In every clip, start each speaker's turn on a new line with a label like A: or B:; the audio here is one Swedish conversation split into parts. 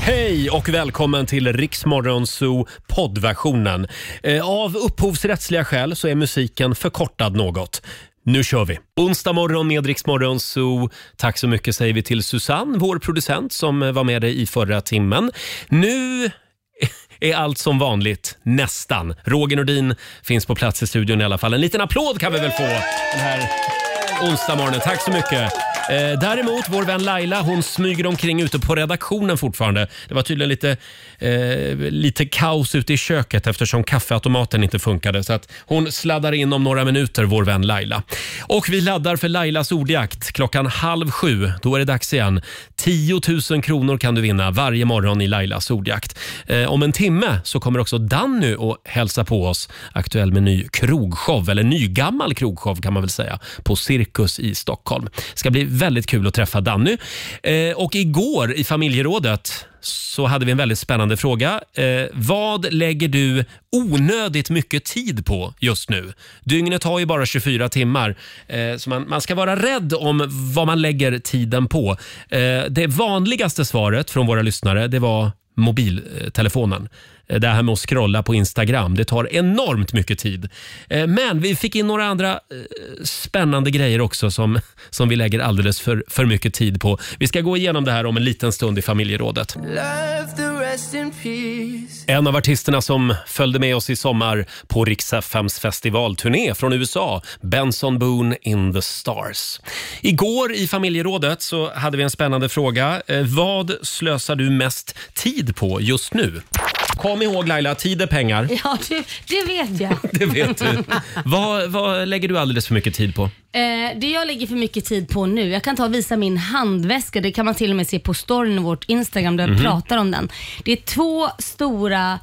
A: Hej och välkommen till Riksmorgon Zoo poddversionen. Eh, Av upphovsrättsliga skäl så är musiken förkortad något. Nu kör vi! Onsdag morgon med Riksmorgon Zoo. Tack så mycket säger vi till Susanne, vår producent som eh, var med dig i förra timmen. Nu är allt som vanligt, nästan. Roger Nordin finns på plats i studion i alla fall. En liten applåd kan vi väl få den här onsdagmorgonen. Tack så mycket. Eh, däremot, vår vän Laila hon smyger omkring ute på redaktionen fortfarande. Det var tydligen lite, eh, lite kaos ute i köket eftersom kaffeautomaten inte funkade. Så att hon sladdar in om några minuter, vår vän Laila. Och vi laddar för Lailas ordjakt klockan halv sju. Då är det dags igen. 10 000 kronor kan du vinna varje morgon i Lailas ordjakt. Eh, om en timme så kommer också Danny och hälsa på oss. Aktuell med ny krogshow, eller nygammal krogshow kan man väl säga, på Cirkus i Stockholm. ska bli väldigt kul att träffa Danny. Eh, och igår i familjerådet så hade vi en väldigt spännande fråga. Eh, vad lägger du onödigt mycket tid på just nu? Dygnet har ju bara 24 timmar, eh, så man, man ska vara rädd om vad man lägger tiden på. Eh, det vanligaste svaret från våra lyssnare det var mobiltelefonen. Eh, Det här med att scrolla på Instagram, det tar enormt mycket tid. Eh, Men vi fick in några andra eh, spännande grejer också som, som vi lägger alldeles för, för mycket tid på. Vi ska gå igenom det här om en liten stund i familjerådet.
B: Love the rest in peace.
A: En av artisterna som följde med oss i sommar på Rix FMs festivalturné från USA, Benson Boone in the Stars. Igår i familjerådet så hade vi en spännande fråga. Eh, Vad slösar du mest tid på just nu? Kom ihåg Laila, tid är pengar.
C: Ja, det, det vet jag.
A: Det vet du. Vad, vad lägger du alldeles för mycket tid på?
C: Eh, det jag lägger för mycket tid på nu, jag kan ta och visa min handväska. Det kan man till och med se på storyn i vårt Instagram där jag
A: Mhm.
C: pratar om den. Det är två stora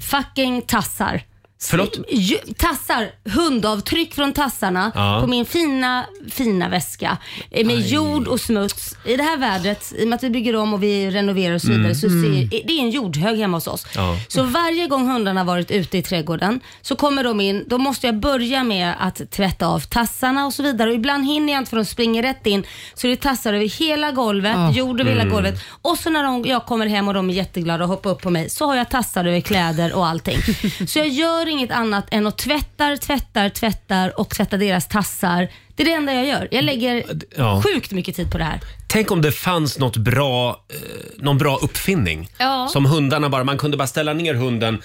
C: fucking tassar.
A: Förlåt?
C: Ju- Tassar, hundavtryck från tassarna
D: Ja.
C: på min fina, fina väska. Eh, Med
D: Aj.
C: jord och smuts. I det här vädret, i och med att vi bygger om och vi renoverar och så vidare,
D: Mm.
C: så ser,
D: Mm.
C: det är en jordhög hemma hos oss.
D: Ja.
C: Så varje gång hundarna har varit ute i trädgården så kommer de in. Då måste jag börja med att tvätta av tassarna och så vidare. Och ibland hinner jag inte för de springer rätt in. Så det är tassar över hela golvet,
D: Ah.
C: jord över hela
D: Mm.
C: golvet. Och så när de, jag kommer hem och de är jätteglada och hoppar upp på mig så har jag tassar över kläder och allting. så jag gör inget annat än att tvättar, tvättar, tvättar och tvätta deras tassar. Det är det enda jag gör. Jag lägger
A: ja.
C: sjukt mycket tid på det här.
A: Tänk om det fanns något bra, eh, någon bra uppfinning.
C: Ja.
A: Som hundarna bara, man kunde bara ställa ner hunden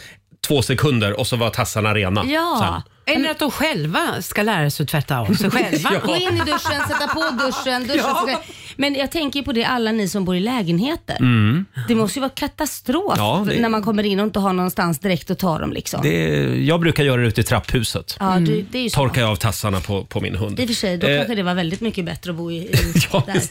A: två sekunder och så var tassarna rena.
C: Ja.
A: Sen.
E: Eller att de själva ska lära sig att tvätta av sig själva.
C: Gå in i duschen, sätta på duschen. duschen
E: Ja.
C: sig själv. Men jag tänker ju på det alla ni som bor i lägenheter.
A: Mm.
C: Det måste ju vara katastrof
A: Ja, det-
C: när man kommer in och inte har någonstans direkt att ta dem. Liksom.
A: Det, jag brukar göra det ute i trapphuset.
C: Ja, Mm. det- det är ju smart.
A: Torkar jag av tassarna på, på min hund.
C: I och för sig, då
A: Eh,
C: kanske det var väldigt mycket bättre att bo i, i där.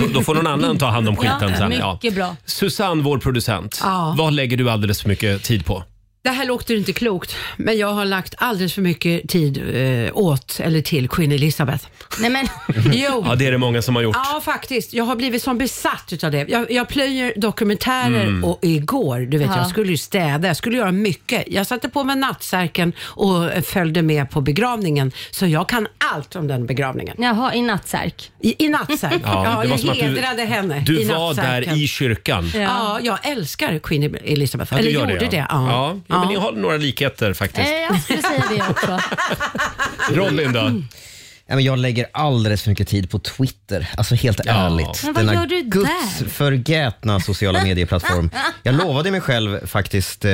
A: Då, då får någon annan ta hand om skiten
C: ja,
A: sen. Ja.
C: Mycket bra.
A: Susanne, vår producent.
E: Ja.
A: Vad lägger du alldeles för mycket tid på?
E: Det här låter inte klokt, men jag har lagt alldeles för mycket tid eh, åt eller till Queen Elizabeth.
C: Nej, men...
E: jo.
A: Mhm. Ja, det är det många som har gjort.
E: Ja, faktiskt. Jag har blivit som besatt utav det. Jag, jag plöjer dokumentärer
A: Mm.
E: och igår, du vet,
A: Ja.
E: jag skulle ju städa, jag skulle göra mycket. Jag satte på mig nattsärken och eh, följde med på begravningen, så jag kan allt om den begravningen.
C: Jaha, i nattsärk?
E: I, i nattsärk.
A: Ja,
E: Ja,
A: det var
E: jag
A: som att du-
E: hedrade henne
A: Du
E: i
A: var
E: nattsärken.
A: där i kyrkan.
E: Ja. jag älskar Queen Elizabeth.
A: Ja, du
E: Eller
A: gör
E: gjorde det,
A: ja.
E: ja.
A: Ja. Ja,
E: Ja.
A: men ni har några likheter faktiskt.
C: Eh, jag skulle säga det också.
A: Robin då?
F: Nej, men jag lägger alldeles för mycket tid på Twitter, alltså helt ärligt.
C: Men vad gör du där?
F: Guds förgätna sociala medieplattform. Jag lovade mig själv faktiskt eh,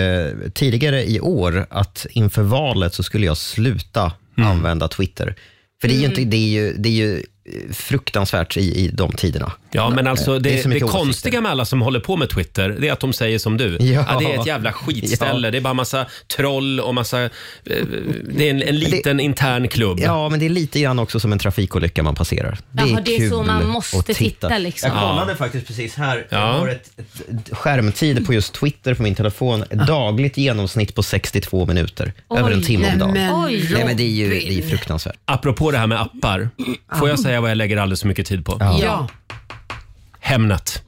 F: tidigare i år att inför valet så skulle jag sluta använda Twitter. För det är ju,
C: Mm.
F: inte, det är ju, det är ju eh, fruktansvärt i, i de tiderna.
A: Ja, men alltså det,
F: Det är
A: det,
F: så mycket åsikter.
A: konstiga med alla som håller på med Twitter, det är att de säger som du. Ja.
F: Ja.
A: det är ett jävla skitställe. Det är bara massa troll och massa... eh, Det är en, en liten intern klubb.
F: Ja, men det är lite grann också som en trafikolycka man passerar. Det
C: Jaha,
F: är
C: det är
F: kul
C: så man måste
F: att titta.
C: titta, liksom.
F: Jag kollade
C: Ja.
F: faktiskt precis här. Jag har ett, ett skärmtid på just Twitter på min telefon.
C: Ah.
F: Dagligt genomsnitt på 62 minuter.
A: Oj,
F: över en timme om dagen.
A: nej men
F: Nej, men det är ju det är ju
A: Robin.
F: fruktansvärt.
A: Apropå det här med appar, får jag säga vad jag lägger alldeles för mycket tid på?
E: Ja.
A: Hemnet.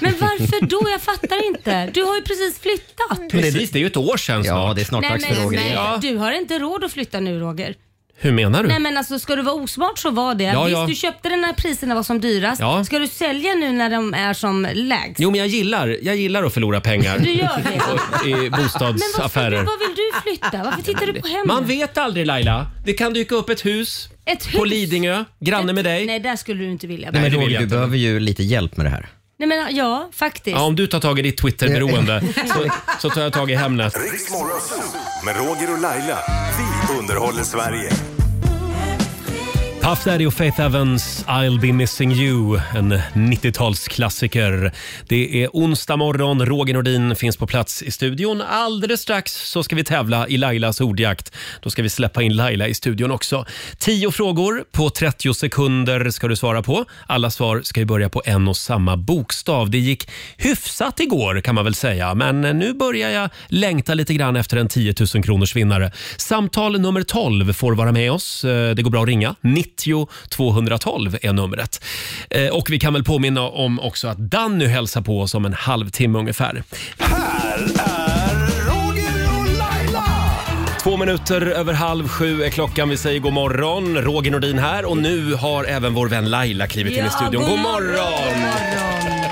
C: Men varför då? Jag fattar inte. Du har ju precis flyttat.
A: Precis, det är ju ett år sedan snart. Ja, det är
C: Nej, men,
A: Roger.
C: nej, Du har inte råd att flytta nu Roger.
A: Hur menar du?
C: Nej men alltså ska du vara osmart så var det.
A: Ja,
C: Visst
A: ja.
C: du köpte den när priserna var som dyrast.
A: Ja.
C: Ska du sälja nu när de är som lägst?
A: Jo, men jag gillar, jag gillar att förlora pengar
C: Du gör det.
A: och- i
C: Men varför,
A: bostadsaffärer.
C: var vill du flytta? Varför tittar du på hem?
A: Man vet aldrig Laila. Det kan dyka upp ett hus
C: Ett hus?
A: på Lidingö, granne med dig.
C: Nej, där skulle du inte vilja.
A: Nej,
F: Nej,
A: det
F: men
A: vill
F: Roger,
A: jag
F: du
A: inte.
F: behöver ju lite hjälp med det här.
C: Nej men ja, faktiskt.
A: Ja, om du tar tag i ditt Twitterberoende så, så tar jag tag i Hemnet.
D: Riks Morgonzoo med Roger och Laila. Vi underhåller Sverige.
A: Puff Daddy och Faith Evans, I'll be missing you, en 90-talsklassiker. Det är onsdag morgon, Roger Nordin finns på plats i studion. Alldeles strax så ska vi tävla i Lailas ordjakt. Då ska vi släppa in Laila i studion också. 10 frågor på 30 sekunder ska du svara på. Alla svar ska ju börja på en och samma bokstav. Det gick hyfsat igår kan man väl säga, men eh, nu börjar jag längta lite grann efter en 10 000 kronors vinnare. Samtal nummer 12 får vara med oss. Eh, Det går bra att ringa. 90 212 är numret. Eh, Och vi kan väl påminna om också att Danny hälsar på oss om en halvtimme ungefär.
D: Här är Roger och Laila!
A: Två minuter över halv sju är klockan. Vi säger god morgon. Roger Nordin här och nu har även vår vän Laila klivit in i studion. God
C: God
A: morgon!
C: morgon.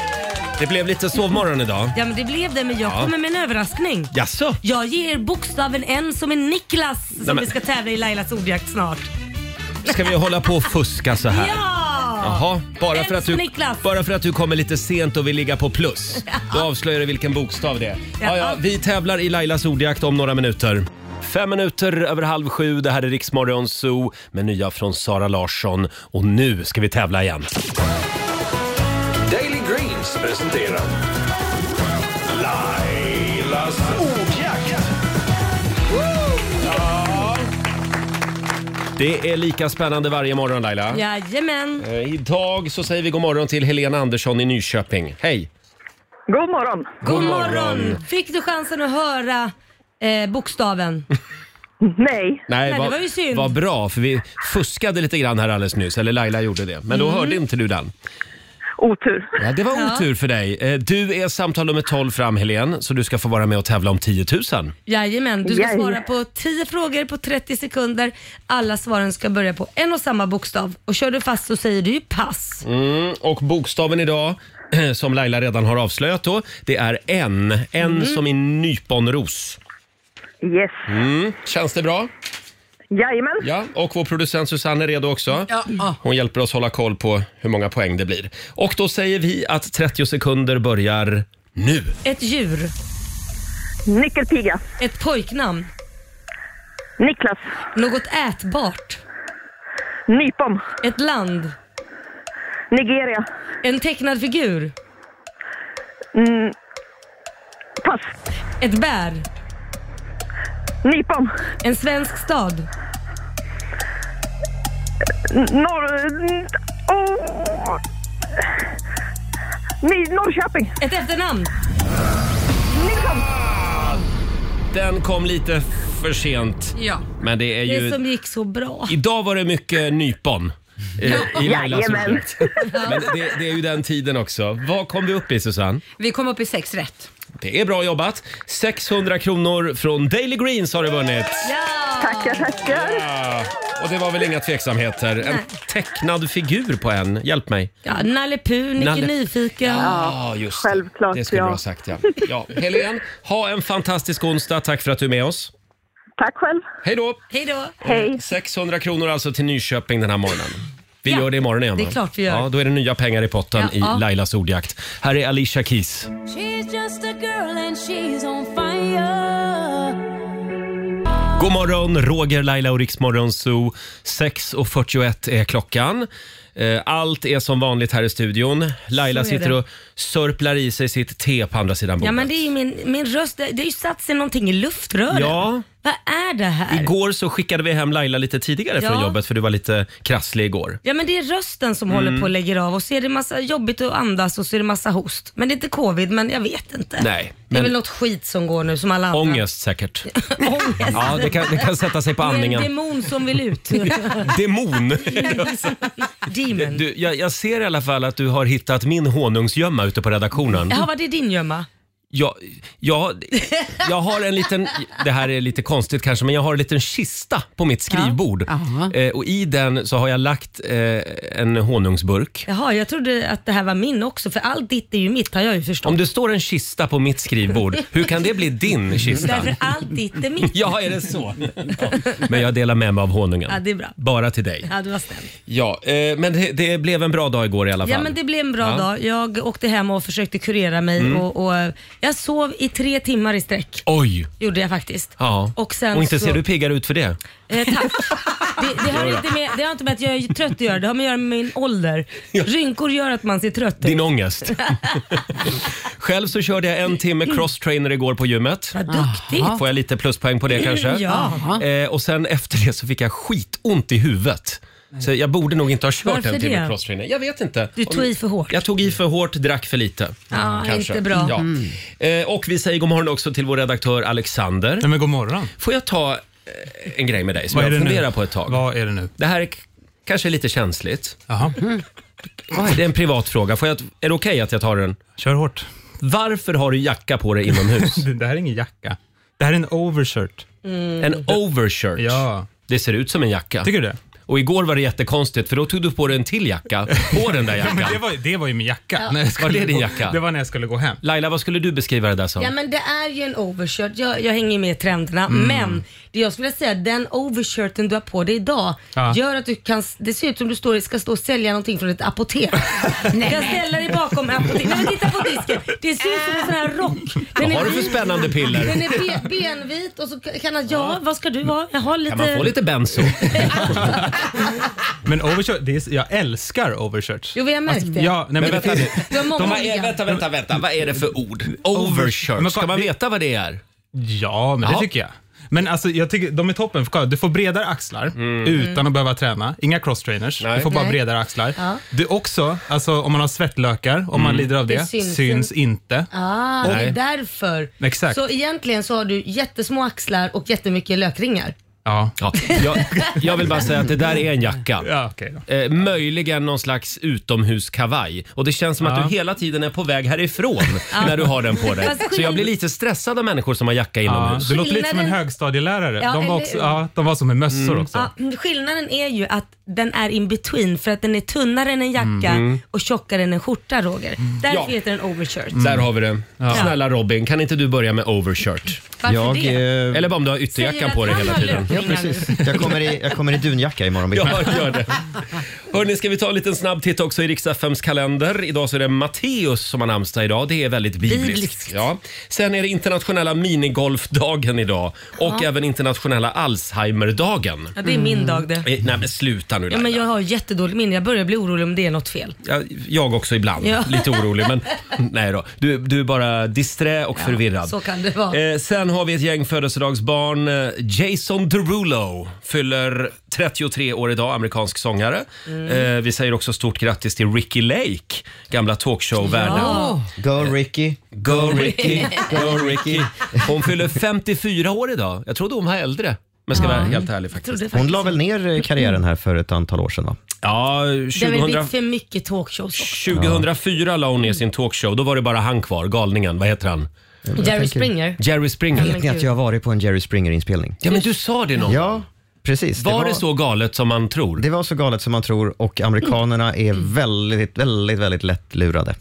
A: Det blev lite sovmorgon idag.
C: Ja men det blev det, men jag kommer med en överraskning.
A: Jaså?
C: Jag ger bokstaven N som är Niklas som
A: Nej, men-
C: vi ska tävla i Lailas ordjakt snart.
A: Ska vi hålla på och fuska så här?
C: Ja!
A: Jaha, bara för, att du,
C: Niklas.
A: bara för att du kommer lite sent och vill ligga på plus. Då avslöjar du vilken bokstav det är. Ja, ja, vi tävlar i Lailas ordjakt om några minuter. Fem minuter över halv sju, det här är Riksmorgon Zoo med nya från Sara Larsson. Och nu ska vi tävla igen.
D: Daily Greens presenterar Lailas ordjakt.
A: Det är lika spännande varje morgon Laila.
C: Jajamän.
A: Eh, Idag så säger vi god morgon till Helena Andersson i Nyköping. Hej!
G: God morgon.
C: God morgon. Fick du chansen att höra eh, bokstaven?
G: Nej,
A: Nej,
C: Nej, det
A: vad-
C: var ju synd.
A: Vad bra, för vi fuskade lite grann här alldeles nyss. Eller Laila gjorde det. Men
C: Mm.
A: då hörde inte du den.
G: otur.
A: Ja, det var
C: Ja.
A: otur för dig. Eh, Du är samtal nummer 12 fram, Helen, så du ska få vara med och tävla om 10 000.
C: Jajamän, du ska
G: Jajamän.
C: svara på 10 frågor på 30 sekunder. Alla svaren ska börja på en och samma bokstav. Och kör du fast så säger du ju pass.
A: Mm, och bokstaven idag, som Laila redan har avslöjat då, det är N. N som i nyponros.
G: Yes.
A: Känns det bra?
G: Jajamän.
A: Ja, och vår producent Susanne är redo också.
E: Ja. ja.
A: Hon hjälper oss hålla koll på hur många poäng det blir. Och då säger vi att 30 sekunder börjar nu.
C: Ett djur,
G: Nyckelpiga.
C: ett pojknamn,
G: Niklas.
C: något ätbart,
G: Nypon.
C: ett land,
G: Nigeria.
C: en tecknad figur,
G: Pass.
C: ett bär,
G: Nypon.
C: en svensk stad,
G: Norr... Oh. Ny... Norrköping.
C: ett efternamn.
G: Nilsson.
A: Den kom lite för sent,
C: Ja.
A: men det är ju...
C: Det som gick så bra.
A: Idag var det mycket nypon. eh, I Lailas
G: Jajamän.
A: ordet. Men det, det är ju den tiden också. Vad kom vi upp i Susanne?
E: Vi kom upp i sex rätt.
A: Det är bra jobbat. 600 kronor från Daily Greens har du vunnit.
G: Tackar, tackar.
A: Ah, Och det var väl inga tveksamheter. En tecknad figur på en. Hjälp mig.
C: Ja, Nalle Puh, Nicke
A: Nalle-
C: Nyfiken.
A: Ja, just det.
G: självklart,
A: Det skulle
G: ja.
A: du ha sagt ja. ja. Helen, ha en fantastisk onsdag. Tack för att du är med oss.
G: Tack själv.
A: Hej då!
C: Hej då.
A: Mm.
G: Hej.
A: 600 Eh, kronor alltså till Nyköping den här morgonen. Vi gör det imorgon igen.
C: det är
A: va?
C: klart vi gör.
A: Ja, då är det nya pengar i potten
C: Ja.
A: i Lailas ordjakt. Här är Alicia Keys. God morgon, Roger, Laila och Riksmorgon Zoo. 6.41 är klockan. Eh, Allt är som vanligt här i studion. Laila
C: Så är
A: sitter
C: det.
A: och sörplar i sig sitt te på andra sidan bordet.
C: Ja men det är ju min, min röst, det det har ju satt sig någonting i luftrören.
A: Ja.
C: Vad är det här?
A: Igår så skickade vi hem Laila lite tidigare från
C: Ja.
A: jobbet för du var lite krasslig igår.
C: Ja men det är rösten som
A: Mm.
C: håller på och lägger av och så är det massa jobbigt att andas och så är det massa host. Men det är inte covid men jag vet inte.
A: Nej,
C: Det är
A: men-
C: väl något skit som går nu som alla andra.
A: Ångest säkert.
C: Ångest.
A: Ja, det kan, det kan sätta sig på
C: Du är en
A: andningen.
C: demon som vill ut.
A: Demon!
C: Demon.
A: Du, jag, jag ser i alla fall att du har hittat min honungsgömma ute på redaktionen.
C: Jaha, var det din gömma?
A: Jag, jag, jag har en liten, det här är lite konstigt kanske, men jag har en liten kista på mitt skrivbord.
E: Jaha.
A: Eh, och i den så har jag lagt eh, en honungsburk.
C: Jaha, jag trodde att det här var min också för allt ditt är ju mitt har jag ju förstått.
A: Om det står en kista på mitt skrivbord, hur kan det bli din kista?
C: Därför allt ditt är mitt.
A: Ja, är det så? Ja. Men jag delar med mig av honungen.
C: Ja, det är bra.
A: Bara till dig.
C: Ja, du var snäll.
A: Ja, eh, men det, det blev en bra dag igår i alla fall.
C: Ja men det blev en bra
A: Ja. Mm.
C: dag. Jag åkte hem och försökte kurera mig och, och jag sov i tre timmar i sträck.
A: Oj!
C: Gjorde jag faktiskt.
A: Ja.
C: Och, sen
A: och inte
C: så,
A: ser du piggare ut för det.
C: Eh, tack. Det, det, har inte med, det har inte med att jag är trött att göra, det har med att göra med min ålder. Rynkor gör att man ser trött ut.
A: Din ångest. Själv så körde jag en timme crosstrainer igår på gymmet.
C: Vad duktig.
A: Får jag lite pluspoäng på det kanske?
C: Ja.
A: Eh, och sen efter det så fick jag skitont i huvudet. Så jag borde nog inte ha kört
C: Varför
A: en timme
C: det?
A: crosstrainer. Jag vet inte.
C: Du
A: Om-
C: tog i för hårt.
A: Jag tog i för hårt, drack för lite.
C: Ja,
A: kanske.
C: inte bra. Mm.
A: Ja. Eh, och vi säger god morgon också till vår redaktör Alexander.
H: Nej men god morgon.
A: Får jag ta eh, en grej med dig som
H: Mm. Vad är
A: jag
H: det nu?
A: funderar på ett tag?
H: Vad är det nu?
A: Det här är k- kanske lite känsligt.
H: Jaha,
A: Det är en privat fråga. Får jag, är det okej att jag tar den?
H: kör hårt.
A: Varför har du jacka på dig inomhus?
H: Det, det här är ingen jacka. Det här är en overshirt.
A: En overshirt.
H: Mm. Ja.
A: Det ser ut som en jacka.
H: Tycker du det?
A: Och igår var det jättekonstigt för då tog du på dig en till jacka på den där
H: Ja, men det,
A: jackan.
H: var, det var ju min jacka. När jag skulle
A: Var det din
H: gå-
A: jacka?
H: Det var när jag skulle gå hem.
A: Laila, vad skulle du beskriva det där som?
C: Ja men det är ju en overshirt, jag, jag hänger ju med i trenderna. Men det jag skulle säga, den overshirten du har på dig idag
H: Ja.
C: gör att du kan, det ser ut som du står, ska stå och sälja någonting från ett apotek. du kan ställa dig bakom apoteket. Nej men titta på disken, det ser ut som en sån här rock. Den
A: Vad har
C: är,
A: du för
C: vit,
A: spännande
C: den
A: piller?
C: är be, benvit och så kan jag, ja vad ska du ha? Jag har lite...
A: Kan man få lite benzo?
H: Men overshirt, det är, jag älskar overshirts. Alltså,
C: Jo, vi har märkt det.
H: Ja, nej, men,
A: Men
H: det
A: vänta,
H: finns,
A: nu.
C: Du har Mm. många
A: Vad
C: olika.
A: är, vänta, vänta, vänta. Vad är det för ord? Overshirt.
H: Men
A: Ska
H: kolla,
A: man
H: det-
A: veta vad det är?
H: ja, men
A: Jaha.
H: det tycker jag. Men alltså, jag tycker de är toppen. För kolla, du får bredare axlar utan att behöva träna. Inga cross-trainers.
A: Nej.
H: Du får bara
C: Mm. Nej.
H: bredare axlar.
C: Ja. Mm.
H: Du också, alltså, om man har svettlökar, om man lider av det,
C: Det syns
H: syns, inte.
C: Ah, det är
A: Nej.
C: därför.
H: Exakt.
C: Så egentligen så har du jättesmå axlar och jättemycket lökringar.
H: Ja,
A: Ja, jag, jag vill bara säga att det där är en jacka.
H: ja okej då.
A: Eh, möjligen någon slags utomhuskavaj. Och det känns som att du hela tiden är på väg härifrån när du har den på dig.
C: Fast
A: Så jag
C: skill-
A: blir lite stressad av människor som har jacka
H: Ja,
A: inomhus.
H: det låter lite som en
C: Skillnaden-
H: högstadielärare.
C: Ja,
H: de, var
C: eller
H: också,
C: hur? Mm.
H: ja, de var som med mössor också.
C: Ja, men skillnaden är ju att den är in between för att den är tunnare än en jacka och tjockare än en skjorta Roger. Därför
A: Mm. Ja. Mm.
C: heter den overshirt.
A: Där har vi det. Snälla Robin, kan inte du börja med overshirt?
C: Varför
F: Jag,
C: det?
F: eh,
A: Eller bara om du har
C: Säger
A: ytterjackan
C: att
A: på dig
C: han
A: hela
C: har
A: tiden.
C: lökringar nu.
F: jag, kommer i, jag kommer i dunjacka imorgon bitti.
A: Ja, gör det. Hörni, ska vi ta en liten snabb titt också i riks kalender. Idag så är det Matteus som har namnsdag idag. Det är väldigt bibliskt.
C: Bibliskt.
A: Ja. Sen är det internationella minigolfdagen idag och även internationella Alzheimerdagen.
C: Ja, det är min dag det.
A: Eh, Nej men sluta nu
C: Ja, men
A: Laila.
C: jag har jättedåligt minne. Jag börjar bli orolig om det är något fel.
A: jag, jag också ibland.
C: Ja.
A: Lite orolig. Men nej då. Du, du är bara disträ och förvirrad.
C: så kan det vara.
A: Eh, sen har vi ett gäng födelsedagsbarn. Eh, Jason Derulo fyller 33 år idag, amerikansk sångare.
C: Mm.
A: Eh, vi säger också stort grattis till Ricky Lake, gamla talkshow-värden.
C: Ja.
F: Go Ricky.
A: Go Ricky, go Ricky. Hon fyller 54 år idag. Jag trodde hon var äldre. Men ska vara helt ärlig faktiskt.
C: Trodde
F: Hon
C: faktiskt.
F: la väl ner eh, karriären här för ett antal år sedan va?
A: Ja,
C: Det har väl
A: 2000...
C: blivit för mycket talkshows också.
A: 2004 la hon ner sin talkshow. Då var det bara han kvar, galningen. Vad heter han?
C: Jerry Springer.
A: Jerry Springer.
F: Vet ni att jag har varit på en Jerry Springer-inspelning?
A: Ja, men du sa det någon
F: Ja, precis.
A: Var det så galet som man tror?
F: Det var så galet som man tror och amerikanerna är
A: Mm.
F: väldigt, väldigt, väldigt lätt lurade.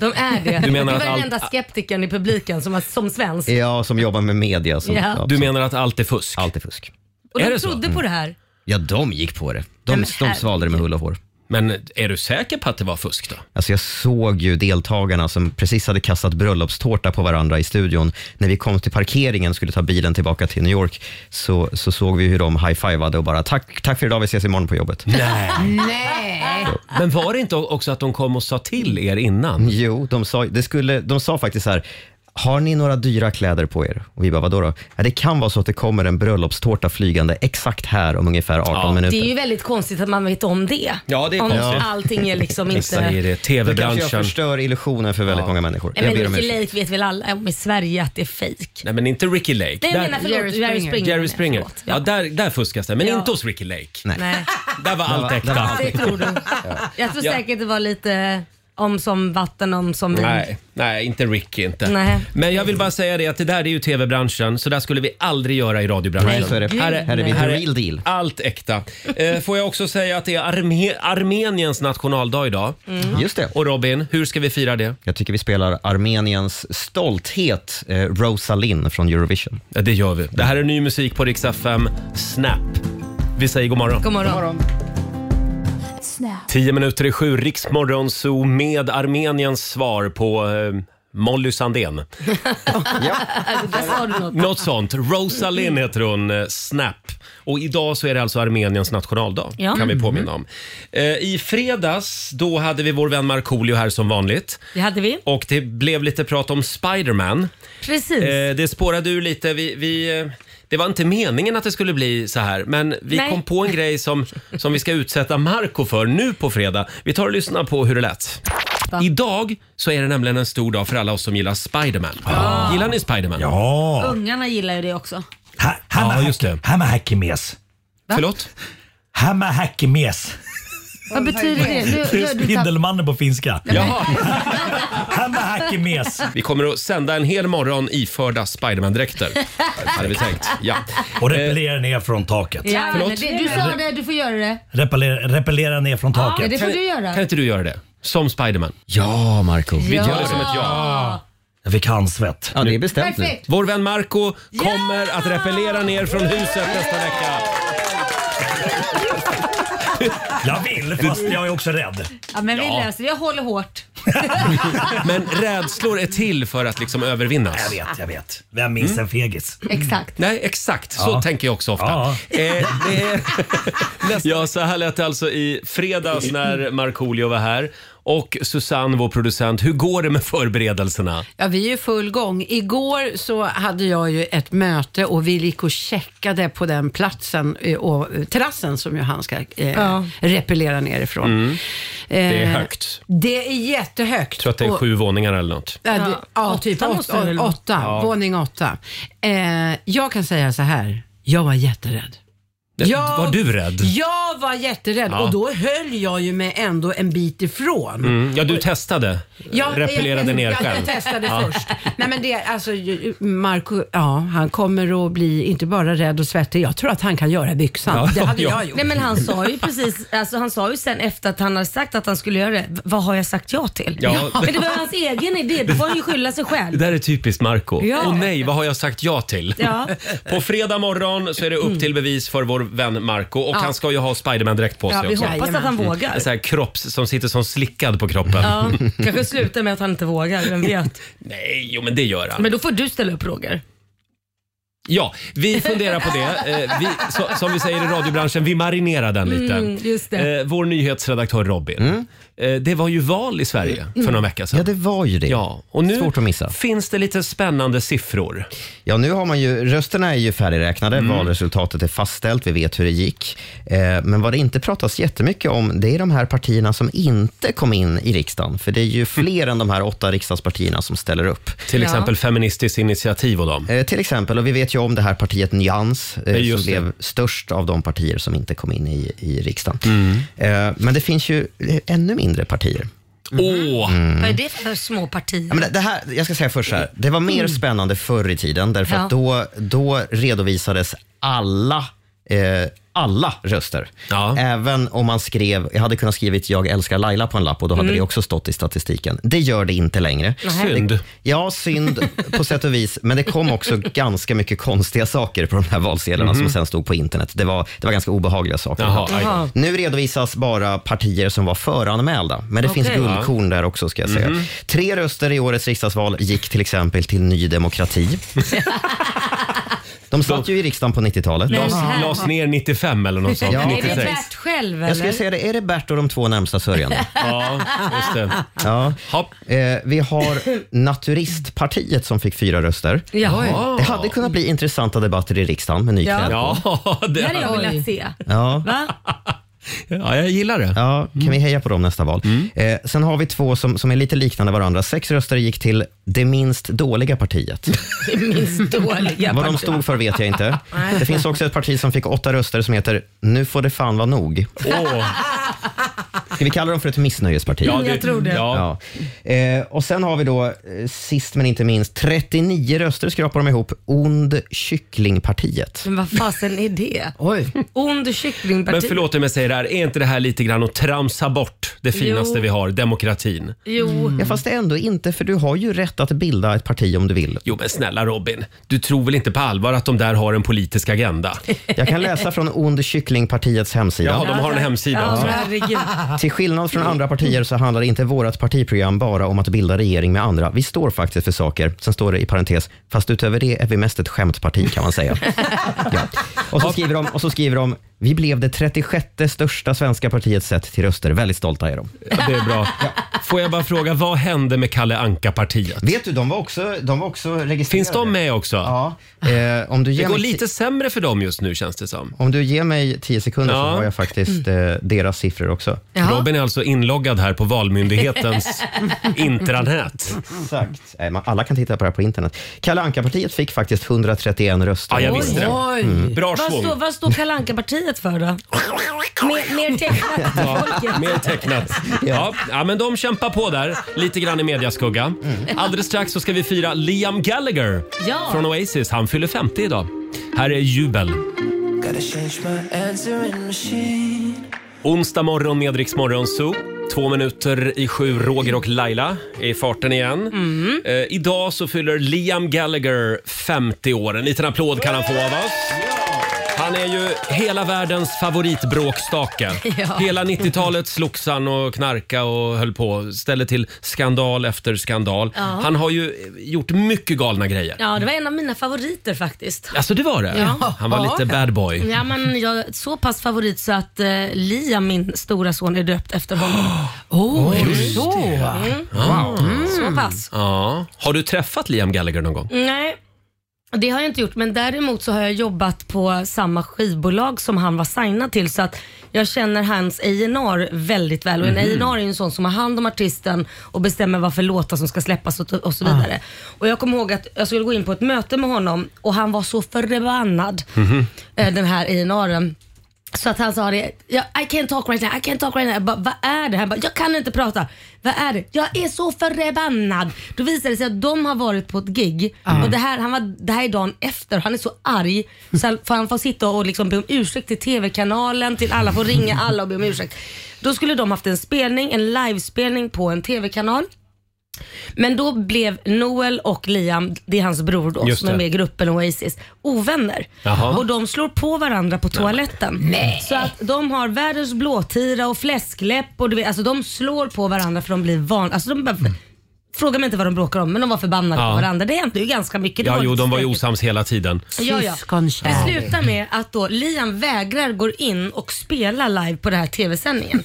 C: De är det.
A: Du menar
C: det
A: att
C: var den
A: allt-
C: enda skeptikern i publiken som, var- som svensk.
F: Ja, som jobbar med media. Som,
C: Ja.
A: Du
F: som-
A: menar att allt är fusk?
F: Allt är fusk.
C: Och
A: Är
C: de
A: det så? Mm.
C: trodde på det här.
F: Ja, de gick på det. De, de svalde det med hull och hår.
A: Men är du säker på att det var fusk då?
F: Alltså jag såg ju deltagarna som precis hade kastat bröllopstårta på varandra i studion. När vi kom till parkeringen och skulle ta bilen tillbaka till New York så, så såg vi hur de high-fivade och bara tack, tack för idag, vi ses imorgon på jobbet.
A: Nej.
E: Nej.
A: Men var det inte också att de kom och sa till er innan?
F: Jo, de sa, det skulle, de sa faktiskt så här, har ni några dyra kläder på er? Och vi bara, vadå då? Ja, det kan vara så att det kommer en bröllopstårta flygande exakt här om ungefär 18 minuter.
C: Det är ju väldigt konstigt att man vet om det.
A: Ja, det är
C: om
A: konstigt.
C: allting är liksom inte...
A: Säger
F: Då
A: det.
F: kanske jag
A: TV-branschen.
F: förstör illusionen för väldigt många människor.
C: Nej,
F: jag ber
C: men
F: om
C: Ricky
F: ursäkt.
C: Lake vet väl alla om i Sverige att det är fejk.
A: Nej, men inte Ricky Lake.
C: Nej, jag
A: Där-
C: menar förlåt,
E: Jerry
C: Jerry
E: Springer.
C: Springer. menar
A: Jerry
C: jag,
A: Springer.
C: förlåt.
A: Ja,
C: Ja.
A: där, där fuskas det, men
C: Ja.
A: inte hos Ricky Lake.
C: Nej,
A: Där var allt
F: var- där var
A: äkta.
F: allt
C: det tror du. Jag tror
A: Ja.
C: säkert det var lite om som vatten, om som vin.
A: Nej, nej, inte Ricky inte.
C: Nej.
A: Men jag vill bara säga det att det där är ju tv-branschen så där skulle vi aldrig göra i radiobranschen.
F: Nej, så är det.
A: Här är,
F: Här är vi the real deal.
A: Allt äkta. Eh, får jag också säga att det är Arme Armeniens nationaldag idag.
F: Just det.
A: Och Robin, hur ska vi fira det?
F: Jag tycker vi spelar Armeniens stolthet, eh, Rosalind från Eurovision.
A: Ja, det gör vi. Det här är ny musik på Rix FM, Snap. Vi säger god morgon.
C: God morgon.
A: Tio minuter i sju, Riksmorgon Zoo med Armeniens svar på eh, Molly Sandén.
C: Där sa du något.
A: Något sånt. Rosalind heter hon, eh, Snap. Och idag så är det alltså Armeniens nationaldag,
C: Ja. Mm.
A: kan vi påminna om. Eh, I fredags, då hade vi vår vän Markoolio här som vanligt.
C: Det hade vi.
A: Och det blev lite prat om Spiderman.
C: Precis.
A: Eh, det spårade ur lite. Vi, vi, eh, det var inte meningen att det skulle bli så här, men vi
C: Nej.
A: kom på en grej som, som vi ska utsätta Marco för nu på fredag. Vi tar och lyssnar på hur det lät.
C: Va?
A: Idag så är det nämligen en stor dag för alla oss som gillar Spiderman. Gillar ni Spiderman? Ah. Ja.
C: Ungarna gillar ju det också.
I: Ha,
A: Ja, just det.
I: Hamahackimes.
A: Förlåt?
I: Hamahackimes.
J: Vad betyder det?
I: Det
J: Du,
I: är
J: du, du tappar-
I: Spindelmannen på finska.
A: Jaha.
I: Hamahackimes.
A: Vi kommer att sända en hel morgon iförda Spiderman-dräkter. Hade vi tänkt. Ja.
I: Och repellera ner från taket.
C: Ja,
A: Förlåt?
C: men det,
J: det, du sa det, du får göra det.
I: Repellera, repellera ner från
J: Ja,
I: taket.
J: det får du göra.
A: Kan inte du göra det? Som Spiderman. Ja, Marco. Vi tar det som ett ja.
I: Jag fick handsvett.
F: Ja, det är bestämt nu.
J: Perfekt.
A: Vår vän Marco kommer att repellera ner från huset nästa vecka.
I: Jag vill, fast jag är också rädd.
C: Ja, men vi löser det. Jag håller hårt.
A: Men rädslor är till för att liksom
I: Jag
A: övervinnas.
I: vet, jag vet. Vem minns
J: Mm.
I: en fegis?
J: Exakt.
A: Nej, exakt. Så tänker jag också ofta.
I: Ja.
A: Eh, det är... ja, så här lät det alltså i fredags när Markoolio var här. Och Susanne, vår producent, hur går det med förberedelserna?
E: Ja, vi är ju full gång. Igår så hade jag ju ett möte och vi gick och checkade på den platsen eh, och eh, terrassen som ju han ska eh, repellera nerifrån.
A: Mm.
E: Eh,
A: Det är högt.
E: Det är jättehögt.
A: Jag tror att det är sju våningar eller något.
E: Ja, det, ja, typ
C: Åtta
E: åtta,
C: måste det väl
E: åtta,
C: vara?
E: våning åtta. Eh, jag kan säga så här, jag var jätterädd. Jag-
A: Var du rädd?
E: Jag var jätterädd och då höll jag ju mig ändå en bit ifrån.
A: Mm, ja, du testade.
E: Ja,
A: Repellerade
E: jag,
A: ner
E: jag,
A: själv.
E: Jag testade först. Nej, men det, alltså, ju- Marco, ja, han kommer att bli inte bara rädd och svettig. Jag tror att han kan göra byxan.
A: Ja,
E: det hade
A: ja.
E: jag gjort.
C: Nej men han sa ju precis, alltså han sa ju sen efter att han hade sagt att han skulle göra det, "V- vad har jag sagt ja till?
A: Ja.
C: Men det var hans egen idé, då får han ju skylla sig
A: Det
C: själv.
A: där är typiskt Marco. Åh
C: Ja.
A: nej, vad har jag sagt ja till?
C: Ja. Mm.
A: På fredag morgon så är det upp till bevis för vår vän Marco och han ska ju ha Spiderman-dräkt på sig
C: Ja, vi
A: också.
C: hoppas att han vågar.
A: En sån här kropp som sitter som slickad på kroppen.
C: Ja, kanske slutar med att han inte vågar, vem vet.
A: Nej, jo men det gör han.
C: Men då får du ställa upp Roger.
A: Ja, vi funderar på det. Eh, vi, så, som vi säger i radiobranschen, vi marinerar den lite.
C: Mm, just det.
A: Eh, vår nyhetsredaktör Robin. Eh, det var ju val i Sverige
C: Mm.
A: för någon vecka sedan.
F: Mm. Ja, det var ju det.
A: Ja, och nu
F: Svårt att missa.
A: finns det lite spännande siffror.
F: Ja, nu har man ju, rösterna är ju färdigräknade,
A: Mm.
F: valresultatet är fastställt, vi vet hur det gick. Eh, men vad det inte pratas jättemycket om, det är de här partierna som inte kom in i riksdagen. För det är
A: Mm.
F: ju fler än de här åtta riksdagspartierna som ställer upp.
A: Till
C: Ja.
A: exempel Feministiskt initiativ och dem.
F: Eh, till exempel, och vi vet ju om det här partiet Nyans, eh,
A: just
F: som
A: det.
F: blev störst av de partier som inte kom in i, i riksdagen.
A: Mm.
F: Eh, men det finns ju eh, ännu mindre partier. Mm.
A: Åh,
C: Mm. Vad är det för små partier?
F: Ja, men det, det här, jag ska säga först så här, det var mer spännande förr i tiden därför
C: Ja.
F: att då, då redovisades alla Eh, alla röster.
A: Ja.
F: Även om man skrev, jag hade kunnat skrivit “Jag älskar Laila” på en lapp och då hade det också stått i statistiken. Det gör det inte längre.
A: synd.
F: Ja, synd på sätt och vis, men det kom också ganska mycket konstiga saker på de här valsedlarna som sen stod på internet. Det var, det var ganska obehagliga saker.
A: Mhm. Jaha, aj.
C: Jaha.
F: Nu redovisas bara partier som var föranmälda, men det
C: Okej.
F: finns guldkorn där också. ska jag säga.
A: Mhm.
F: Tre röster i årets riksdagsval gick till exempel till Ny Demokrati. De satt ju i riksdagen på 90-talet.
C: Nej.
A: Lades,
C: Jaha.
A: lades ner 95 eller något sånt.
F: Ja.
C: är det
A: 96.
C: Bert själv
F: Jag skulle
C: eller?
F: säga det, är det Bert och de två närmsta sörjande?
A: Ja, just det.
F: Ja.
A: Hopp.
F: Eh, vi har Naturistpartiet som fick fyra röster.
C: Jaha.
F: Det hade kunnat bli intressanta debatter i riksdagen med ny
C: Ja.
F: kläder.
A: Ja,
C: Det hade
A: det,
C: jag
J: Oj.
C: velat se.
F: Ja.
C: Va?
A: ja, jag gillar det.
F: Ja, kan
C: Mm.
F: vi heja på dem nästa val? Eh, sen har vi två som, som är lite liknande varandra. Sex röster gick till det minst dåliga partiet.
C: Minst dåliga
F: Vad de
C: partier.
F: stod för vet jag inte. Det finns också ett parti som fick åtta röster som heter Nu får det fan vara nog.
A: Åh.
F: Ska vi kalla dem för ett missnöjesparti?
C: Ja, det- Jag tror det.
F: Ja.
C: ja.
F: Eh, och sen har vi då, eh, sist men inte minst, 39 röster skrapar de ihop, Ond kycklingpartiet.
C: Men vad fasen är det?
F: Oj.
C: Ond kycklingparti.
A: Men förlåt om jag säger det här, är inte det här lite grann att tramsa bort det finaste
C: Jo.
A: vi har, demokratin?
C: Jo.
A: mm.
F: Ja, fast ändå inte, för du har ju rätt att bilda ett parti om du vill.
A: Jo men snälla Robin, du tror väl inte på allvar att de där har en politisk agenda?
F: Jag kan läsa från Ond kycklingpartiets hemsida.
A: Jaha, de har en hemsida Ja, också.
F: Till skillnad från andra partier så handlar inte vårt partiprogram bara om att bilda regering med andra. Vi står faktiskt för saker. Sen står det i parentes, fast utöver det är vi mest ett skämtparti kan man säga. Ja. Och, så skriver de, och så skriver de, vi blev det 36 största svenska partiet sett till röster. Väldigt stolta är de.
A: Ja, det är bra. Får jag bara fråga, vad hände med Kalle Anka-partiet?
F: Vet du, de var också, de var också registrerade.
A: Finns de med också?
F: Ja. Eh, om du
A: Det
F: ger
A: går
F: mig-
A: lite sämre för dem just nu känns det som.
F: Om du ger mig 10 sekunder så
A: Ja.
F: har jag faktiskt eh, deras siffror också.
A: Jaha. Robin är alltså inloggad här på Valmyndighetens intranät.
F: Exakt. Mm. Nej, man- Alla kan titta på det här på internet. Kalle Anka-partiet fick faktiskt 131 röster. Mm.
A: Ja, jag visste det. Oj. Bra
C: Vad står, vad står Kalle Anka-partiet för då? Mer, mer tecknat till
A: Ja,
C: folket.
A: mer tecknat. Ja. ja, men de kämpar på där, lite grann i mediaskugga. Alldeles strax så ska vi fira Liam Gallagher
B: Mm. Ja.
A: från Oasis. Han fyller 50 idag. Här är Jubel.
B: Gotta change my answering machine.
A: Onsdag morgon med Rix Morgon Zoo. Två minuter i sju, Roger och Laila är i farten igen.
B: Mm.
A: Eh, idag så fyller Liam Gallagher 50 år. En liten applåd kan han få av oss. Han är ju hela världens favoritbråkstake.
B: Ja.
A: Hela 90-talet slogs han och knarka och höll på. Ställde till skandal efter skandal.
C: Ja.
A: Han har ju gjort mycket galna grejer.
C: Ja, det var en av mina favoriter faktiskt.
A: Alltså det var det?
C: Ja.
A: Han var lite bad boy.
C: Ja, men jag är så pass favorit så att eh, Liam, min stora son, är döpt efter honom.
E: Åh,
A: Oh, är det
E: så?
C: Mm.
A: Ja.
C: Mm. Så pass.
A: Ja. Har du träffat Liam Gallagher någon gång?
C: Nej, det har jag inte gjort. Men däremot så har jag jobbat på samma skivbolag som han var signad till. Så att jag känner hans A&R väldigt väl. Och en
J: Mhm.
C: A&R är ju en sån som har hand om artisten och bestämmer vad för låtar som ska släppas och, och så
A: Ah.
C: vidare. Och jag kommer ihåg att jag skulle gå in på ett möte med honom och han var så förbannad,
A: Mhm.
C: eh, den här A&R'n. Så att han sa det, "Ja, I can't talk right now, I can't talk right now. Jag Bara, vad är det? Han bara, jag kan inte prata. Vad är det? Jag är så förbannad. Då visade det sig att de har varit på ett gig
J: Mm.
C: och det här, han var, det här är dagen efter. Han är så arg så han, för han får sitta och liksom be om ursäkt till TV-kanalen, till alla, får ringa alla och be om ursäkt. Då skulle de haft en spelning, en livespelning på en TV-kanal. Men då blev Noel och Liam, det är hans bror då,
J: Just
C: som är
J: det.
C: med i gruppen Oasis, ovänner.
J: Jaha.
C: Och de slår på varandra på toaletten.
J: Nej.
C: Så att de har världens blåtira och fläskläpp och du vet, alltså de slår på varandra för de blir van... Alltså de bara, Fråga mig inte vad de bråkar om men de var förbannade
A: Mm. Ja.
C: på varandra. Det hände ju ganska mycket. Det
A: Ja, jo,
C: lite
A: de var ju
C: stökigt.
A: osams hela tiden.
C: Ja, ja. Det slutar med att då Liam vägrar gå in och spela live på den här TV-sändningen.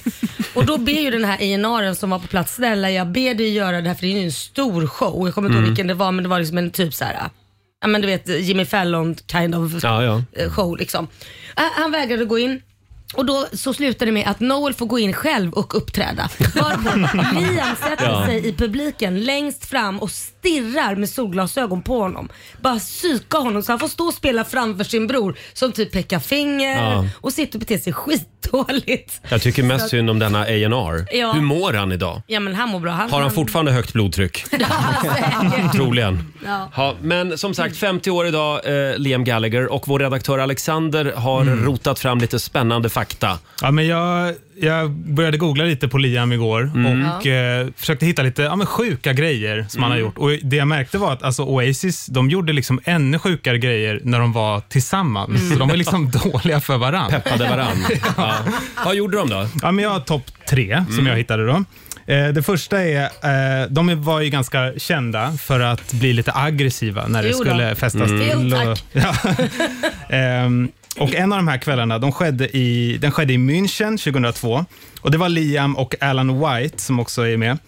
C: Och då ber ju den här A&R'n som var på plats, snälla jag ber dig göra det här för det är ju en stor show. Jag kommer inte ihåg
J: Mm.
C: vilken det var men det var liksom en typ så här. ja men du vet Jimmy Fallon kind of
J: Ja, ja.
C: eh, show liksom. Äh, Han vägrade gå in. Och då så slutar det med att Noel får gå in själv och uppträda. Varpå Liam sätter
J: Ja.
C: sig i publiken längst fram och stirrar med solglasögon på honom. Bara psykar honom så han får stå och spela framför sin bror som typ pekar finger
A: Ja.
C: och sitter och beter sig skitdåligt.
A: Jag tycker mest
C: Så att-
A: synd om denna A&R.
C: Ja. Mm.
A: Hur mår han idag?
C: Ja men han mår bra. Han,
A: Har han fortfarande högt blodtryck? Troligen.
C: Ja.
A: Ja, men som sagt, 50 år idag, eh, Liam Gallagher. Och vår redaktör Alexander har
C: Mm.
A: rotat fram lite spännande fakta.
H: Ja, men jag, jag började googla lite på Liam igår
A: Mm.
H: och eh, försökte hitta lite ja, men sjuka grejer som han har
A: Mm.
H: gjort. Och Det jag märkte var att alltså, Oasis de gjorde liksom ännu sjukare grejer när de var tillsammans.
A: Mm.
H: Så de var liksom dåliga för varandra.
A: Peppade varann. ja. Vad gjorde de då?
H: Ja, men jag har topp tre som jag hittade. då. Eh, Det första är, eh, de var ju ganska kända för att bli lite aggressiva när det
J: Jo då.
H: skulle festas
J: Mm.
H: till.
J: Jo,
H: och- Ehm, och en av de här kvällarna, de skedde i, den skedde i München 2002. Och det var Liam och Alan White som också är med.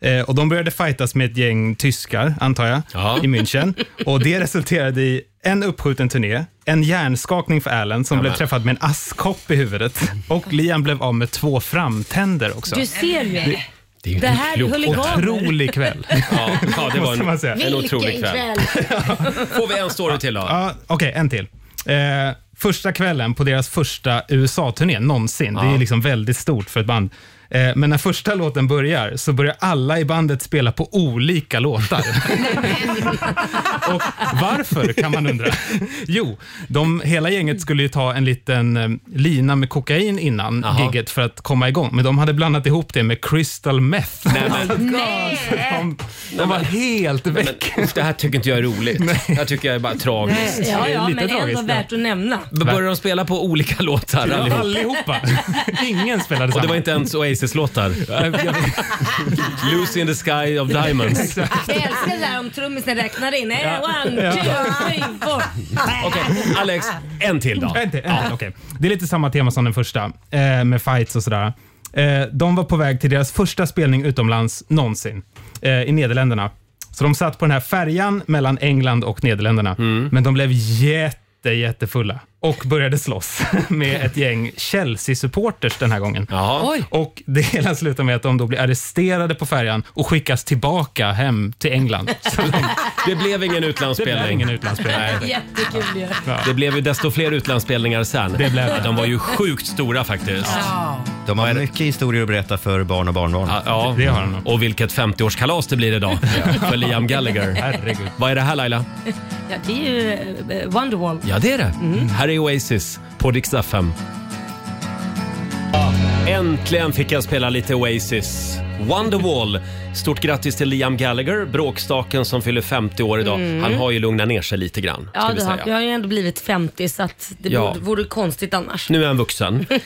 H: Eh, och de började fightas med ett gäng tyskar, antar jag, i München. Och det resulterade i en uppskjuten turné, en hjärnskakning för Alan som blev
A: Amen.
H: träffad med en askkopp i huvudet. Och Liam blev av med två framtänder också.
C: Du ser ju.
H: Det-
C: är ju Det här är
H: klokt.
C: huliganer.
H: Otrolig kväll.
A: Ja, ja det var
H: Måste man säga.
A: en, en otrolig kväll. Får vi en story till då?
H: Ja, Okej, en till. Eh, första kvällen på deras första USA-turné någonsin. Det
A: Ja.
H: är liksom väldigt stort för ett band. Eh, Men när första låten börjar så börjar alla i bandet spela på olika låtar. Och varför kan man undra? Jo, de, hela gänget skulle ju ta en liten eh, lina med kokain innan gigget för att komma igång. Men de hade blandat ihop det med crystal meth. De, de var helt väck.
A: Det här tycker inte jag är roligt. Det här tycker jag är bara tragiskt.
C: Ja,
H: Det är
C: ja,
H: lite
C: men ändå
H: tragiskt,
C: värt att nämna.
A: Då började de spela på olika låtar
H: Ja,
A: allihop.
H: allihopa. Ingen spelade
A: Och
H: samma.
A: det var inte ens Oasis-låtar. Lucy in the sky of diamonds.
C: Jag älskar det där om trummisen räknar in. Eh,
A: Ja.
C: One, two, three, four.
A: Okej, Alex. En till då.
H: Vänta, vänta, okej. Det är lite samma tema som den första, eh, med fights och sådär. Eh, de var på väg till deras första spelning utomlands någonsin, eh, i Nederländerna. Så de satt på den här färjan mellan England och Nederländerna,
A: Mm.
H: men de blev jätte, jättefulla och började slåss med ett gäng Chelsea-supporters den här gången.
A: Jaha.
H: Och det hela slutar med att de då blir arresterade på färjan och skickas tillbaka hem till England. Så de,
A: Det blev ingen
H: det blev
A: utlandsspelning.
H: ingen utlandsspelning.
C: Jättekul ju.
A: Det blev ju desto fler utlandsspelningar sen.
H: Det blev det.
A: De var ju sjukt stora faktiskt.
F: De har mycket historier att berätta för barn och barnbarn.
A: Ja, ja.
H: Det har de.
A: Mm. Och vilket 50-årskalas det blir idag för Liam Gallagher.
H: Herregud.
A: Vad är det här Laila?
C: Ja, det är ju eh, Wonderwall.
A: Ja, det är det. Här är Oasis på Dix FM. Äntligen fick jag spela lite Oasis. Wonderwall. Stort grattis till Liam Gallagher, bråkstaken som fyller 50 år idag. Han har ju lugnat ner sig lite grann.
C: Mm. Ja,
A: ska vi
C: du har,
A: säga.
C: jag har ju ändå blivit 50 så att det
A: Ja.
C: borde, vore konstigt annars.
A: Nu är han vuxen. Eh,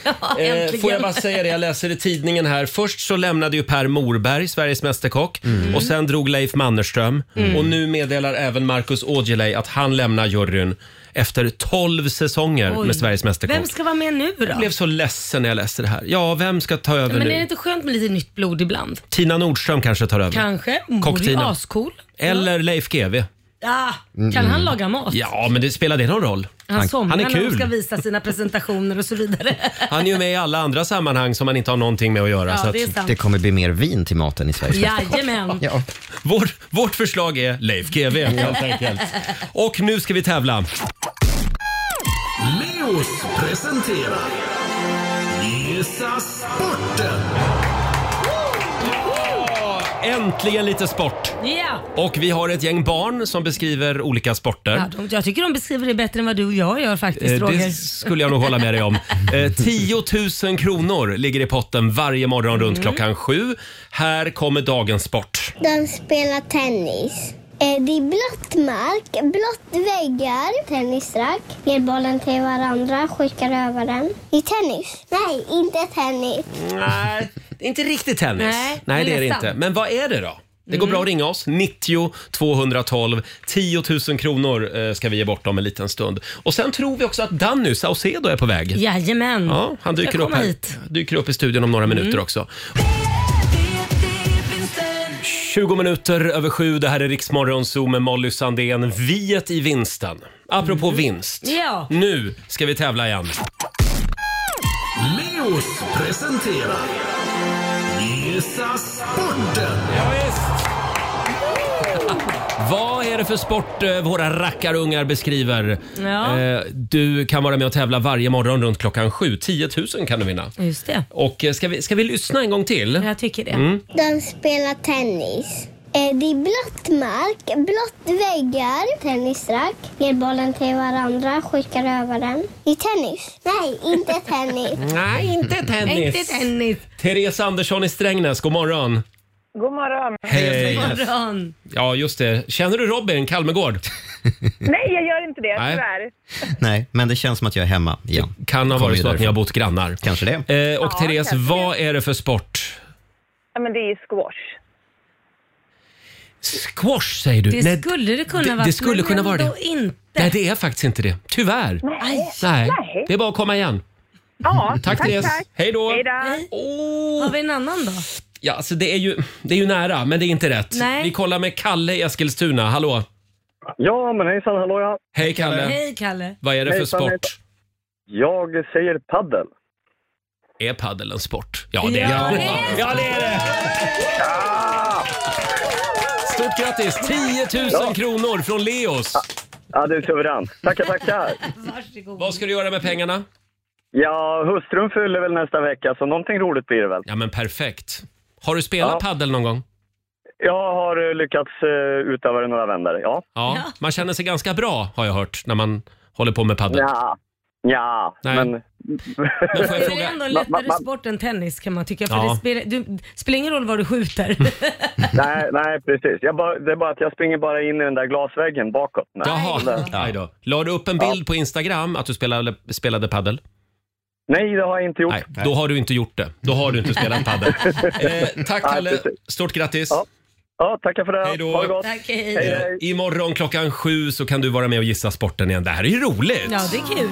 C: äntligen.
A: får jag bara säga det, jag läser i tidningen här. Först så lämnade ju Per Morberg Sveriges Mästerkock och sen drog Leif Mannerström. Och nu meddelar även Marcus Aujalay att han lämnar juryn efter 12 säsonger
C: Oj.
A: med Sveriges Mästerkock.
C: Vem ska vara med nu då?
A: Jag blev Mm. så ledsen när jag läste det här. Ja, vem ska ta över
C: Men är
A: nu?
C: det inte skönt med lite nytt blod ibland?
A: Tina Nordström kanske tar över.
C: Kanske. Hon vore ju
A: Cocktainen.
C: ascool.
A: Eller Leif GW.
C: Ja. Kan han laga mat?
A: Mm. Ja, men det spelar det någon roll?
C: Han somnar
A: han är
C: när
A: kul.
C: han ska visa sina presentationer och så vidare.
A: Han är ju med i alla andra sammanhang som man inte har någonting med att göra. så
C: Ja,
A: att
C: det är sant.
F: Det kommer bli mer vin till maten i Sveriges Mästerkock.
C: Jajamän.
F: Ja.
A: vår, vårt förslag är Leif GW helt enkelt. Och nu ska vi tävla.
K: Leos presenterar Gissa sporten.
A: Äntligen lite sport!
C: Ja.
A: Och vi har ett gäng barn som beskriver olika sporter.
C: Ja, de, jag tycker de beskriver det bättre än vad du och jag gör faktiskt,
A: Eh,
C: Roger.
A: Det skulle jag nog hålla med dig om. Eh, 10 000 kronor ligger i potten varje morgon
C: Mm.
A: runt klockan sju. Här kommer dagens sport.
L: De spelar tennis. Eh, Det är blått mark, blått väggar, tennisrack. Ger bollen till varandra, skickar över den. I tennis? Nej, inte tennis.
A: Nej, det är inte riktigt tennis.
C: Nej,
A: Nej det är det
C: nästan. Mm.
A: inte. Men vad är det då? Det går bra att ringa oss. 90 212 10 000 kronor eh, ska vi ge bort om en liten stund. Och sen tror vi också att Danny Saucedo är på väg.
C: Jajamän.
A: Ja, han dyker
C: Jag
A: upp,
C: kommer
A: här,
C: hit. Mm.
A: dyker upp i studion om några minuter också. 20 minuter över sju, det här är Riksmorgon Zoo med Molly Sandén. Viet i vinsten. Apropå vinst,
C: Mm. Ja.
A: nu ska vi tävla igen.
K: Leos presenterar Gissa sporten.
A: Vad är det för sport eh, våra rackarungar beskriver?
C: Ja.
A: Eh, du kan vara med och tävla varje morgon runt klockan sju. 10 000 kan du vinna.
C: Just det.
A: Och eh, ska vi, ska vi lyssna en gång till?
C: Jag tycker det.
A: Mm.
L: De spelar tennis. Eh, Det är blått mark, blått väggar, tennisrack. Ger bollen till varandra, skickar över den. I tennis? Nej, inte tennis.
A: Nej, inte tennis.
C: Inte tennis.
A: Eh, Therese Andersson i Strängnäs, god morgon.
G: God morgon.
A: Hej.
C: Morgon.
A: Ja, just det. Känner du Robin Kalmegård?
G: Nej, jag gör inte det
A: Nej.
G: tyvärr.
F: Nej, men det känns som att jag är hemma igen.
A: Kan ha
F: Kommer
A: varit
F: ju
A: så att ni
F: därifrån.
A: har bott grannar.
F: Kanske det.
A: Eh, och
G: Ja,
A: Therese,
G: kanske det.
A: vad är det för sport?
G: Ja, men det är ju squash.
A: Squash säger du?
C: Det
A: Nej,
C: skulle det kunna
A: det-
C: vara.
A: det skulle
C: men
A: kunna vara det.
C: ändå inte.
A: nej, det är faktiskt inte det. Tyvärr.
C: Aj.
A: Nej.
G: Nej.
A: Det är bara att komma igen.
G: Ja,
A: Mm, Tack, Therese. Hej då.
G: Hej då.
A: Åh.
C: Har vi en annan då?
A: Ja, alltså det, är ju, det är ju nära, men det är inte rätt.
C: Nej.
A: Vi kollar med Kalle i Eskilstuna. Hallå!
M: Ja, men hejsan hallå ja.
A: Hej Kalle!
C: Hej Kalle.
A: Vad är det för
M: Hejsan,
A: sport?
M: Jag säger paddel.
A: Är padel en sport? Ja, det är
C: Ja,
A: det.
C: det är
A: Ja, det är det! Stort grattis! 10 000 kronor från Leos.
M: Ja, du är suverän. Tackar, tackar.
C: Varsågod.
A: Vad ska du göra med pengarna?
M: Ja, hustrun fyller väl nästa vecka, så någonting roligt blir det väl.
A: Ja, men perfekt. Har du spelat
M: Ja.
A: paddel någon gång?
M: Jag har eh, lyckats eh, utöva det några vändor, ja.
A: Ja. Man känner sig ganska bra, har jag hört, när man håller på med paddel.
M: Ja. Ja,
A: Nej.
M: men...
A: Men får jag
C: Det är
A: fråga...
C: ändå en
M: Ma- ma-
C: lättare
M: ma-
C: sport än tennis kan man tycka. För
M: Ja.
C: det, spelar, du, det spelar ingen roll var du skjuter.
M: nej, nej, precis. Jag bara, det är bara att jag springer bara in i den där glasväggen bakåt. Nej.
A: Jaha,
M: Där.
A: aj då. La du upp en bild på Instagram att du spelade, spelade paddel?
M: Nej, det har jag inte gjort.
A: Nej, då har du inte gjort det. Då har du inte spelat paddel. Eh, tack
M: Nej,
A: Pelle,
M: precis.
A: stort grattis.
M: Ja, tackar för det.
A: Hej då.
M: Ha det gott.
C: Tack, hej.
A: Eh, imorgon klockan sju så kan du vara med och gissa sporten igen. Det här är ju roligt!
C: Ja, det är kul.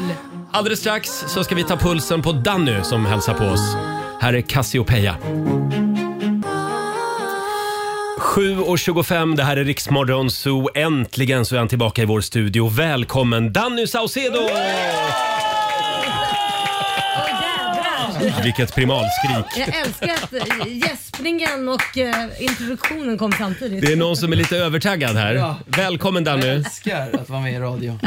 A: Alldeles strax så ska vi ta pulsen på Danny som hälsar på oss. Här är Cassiopeia. 7.25, det här är Riksmorgon Zoo. Äntligen så är han tillbaka i vår studio. Välkommen Danny Saucedo! Vilket primalskrik.
C: Jag älskar att eh, gäspningen och eh, introduktionen kom samtidigt.
A: Det är någon som är lite övertaggad här.
N: Ja.
A: Välkommen Danny!
N: Jag älskar att vara med i radio.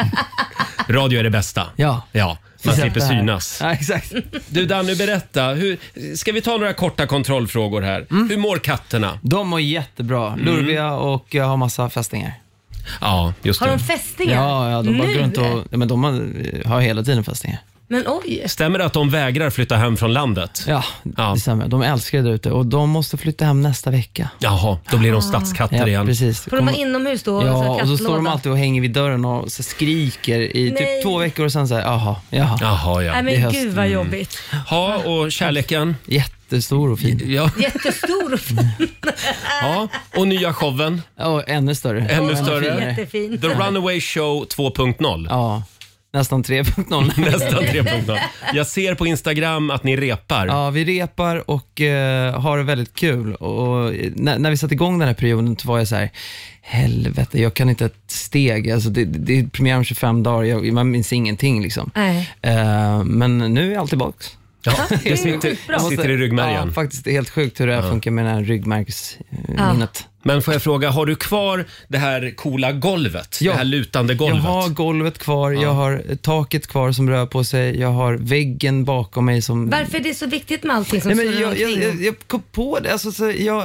A: Radio är det bästa. Ja. ja man
N: Precis
A: slipper
N: det här.
A: synas. Ja, exakt. Du Danny, berätta. Hur, ska vi ta några korta kontrollfrågor här? Hur mår katterna?
N: Mm.
A: Mm.
N: De mår jättebra. Lurviga och jag har massa fästingar.
A: Ja, just
C: Har de det. fästingar?
N: Ja, ja de bara
C: Nu?
N: går runt och... Ja, men de har, har hela tiden fästingar.
C: Men oj.
A: Stämmer det att de vägrar flytta hem från landet?
N: Ja, det stämmer. De älskar det där ute och de måste flytta hem nästa vecka.
A: Jaha, då blir de stadskatter
N: Ah. ja,
A: igen.
N: Precis.
C: Får de vara inomhus då?
N: Ja, och så står de
C: kattlåda?
N: alltid och hänger vid dörren och så skriker i
C: Nej.
N: typ två veckor och sen så här, jaha, jaha.
A: Jaha,
C: Nej
N: Det är
C: men
N: höst. Mm.
C: gud vad jobbigt.
A: Ja, och kärleken?
N: Jättestor och fin.
A: Ja.
C: Jättestor och
N: Mm.
A: ja. Och nya showen?
N: Ja, ännu större.
A: Ännu större.
C: Jättefin.
A: The Runaway Show 2.0.
N: Ja, nästan 3.0.
A: Nästan 3.0. Jag ser på Instagram att ni repar.
N: Ja, vi repar och eh, har det väldigt kul. Och, eh, när, när vi satte igång den här perioden så var jag så här, helvete, jag kan inte ett steg. Alltså, det, det det är premiär om 25 dagar, jag, man minns ingenting. Liksom.
C: Nej.
N: Eh, men nu är allt tillbaka.
A: Ja, det sitter,
N: Jag måste-
A: sitter i ryggmärgen.
N: Ja, faktiskt, det är helt sjukt hur det här funkar med den här ryggmärgsminnet.
A: Men får jag fråga, har du kvar det här coola golvet? Det här lutande golvet?
N: Jag har golvet kvar, jag har taket kvar som rör på sig, jag har väggen bakom mig som...
C: Varför är det så viktigt med allting som
N: Nej, men
C: snurrar
N: jag, jag,
C: omkring?
N: jag, jag kom på det, alltså, så jag,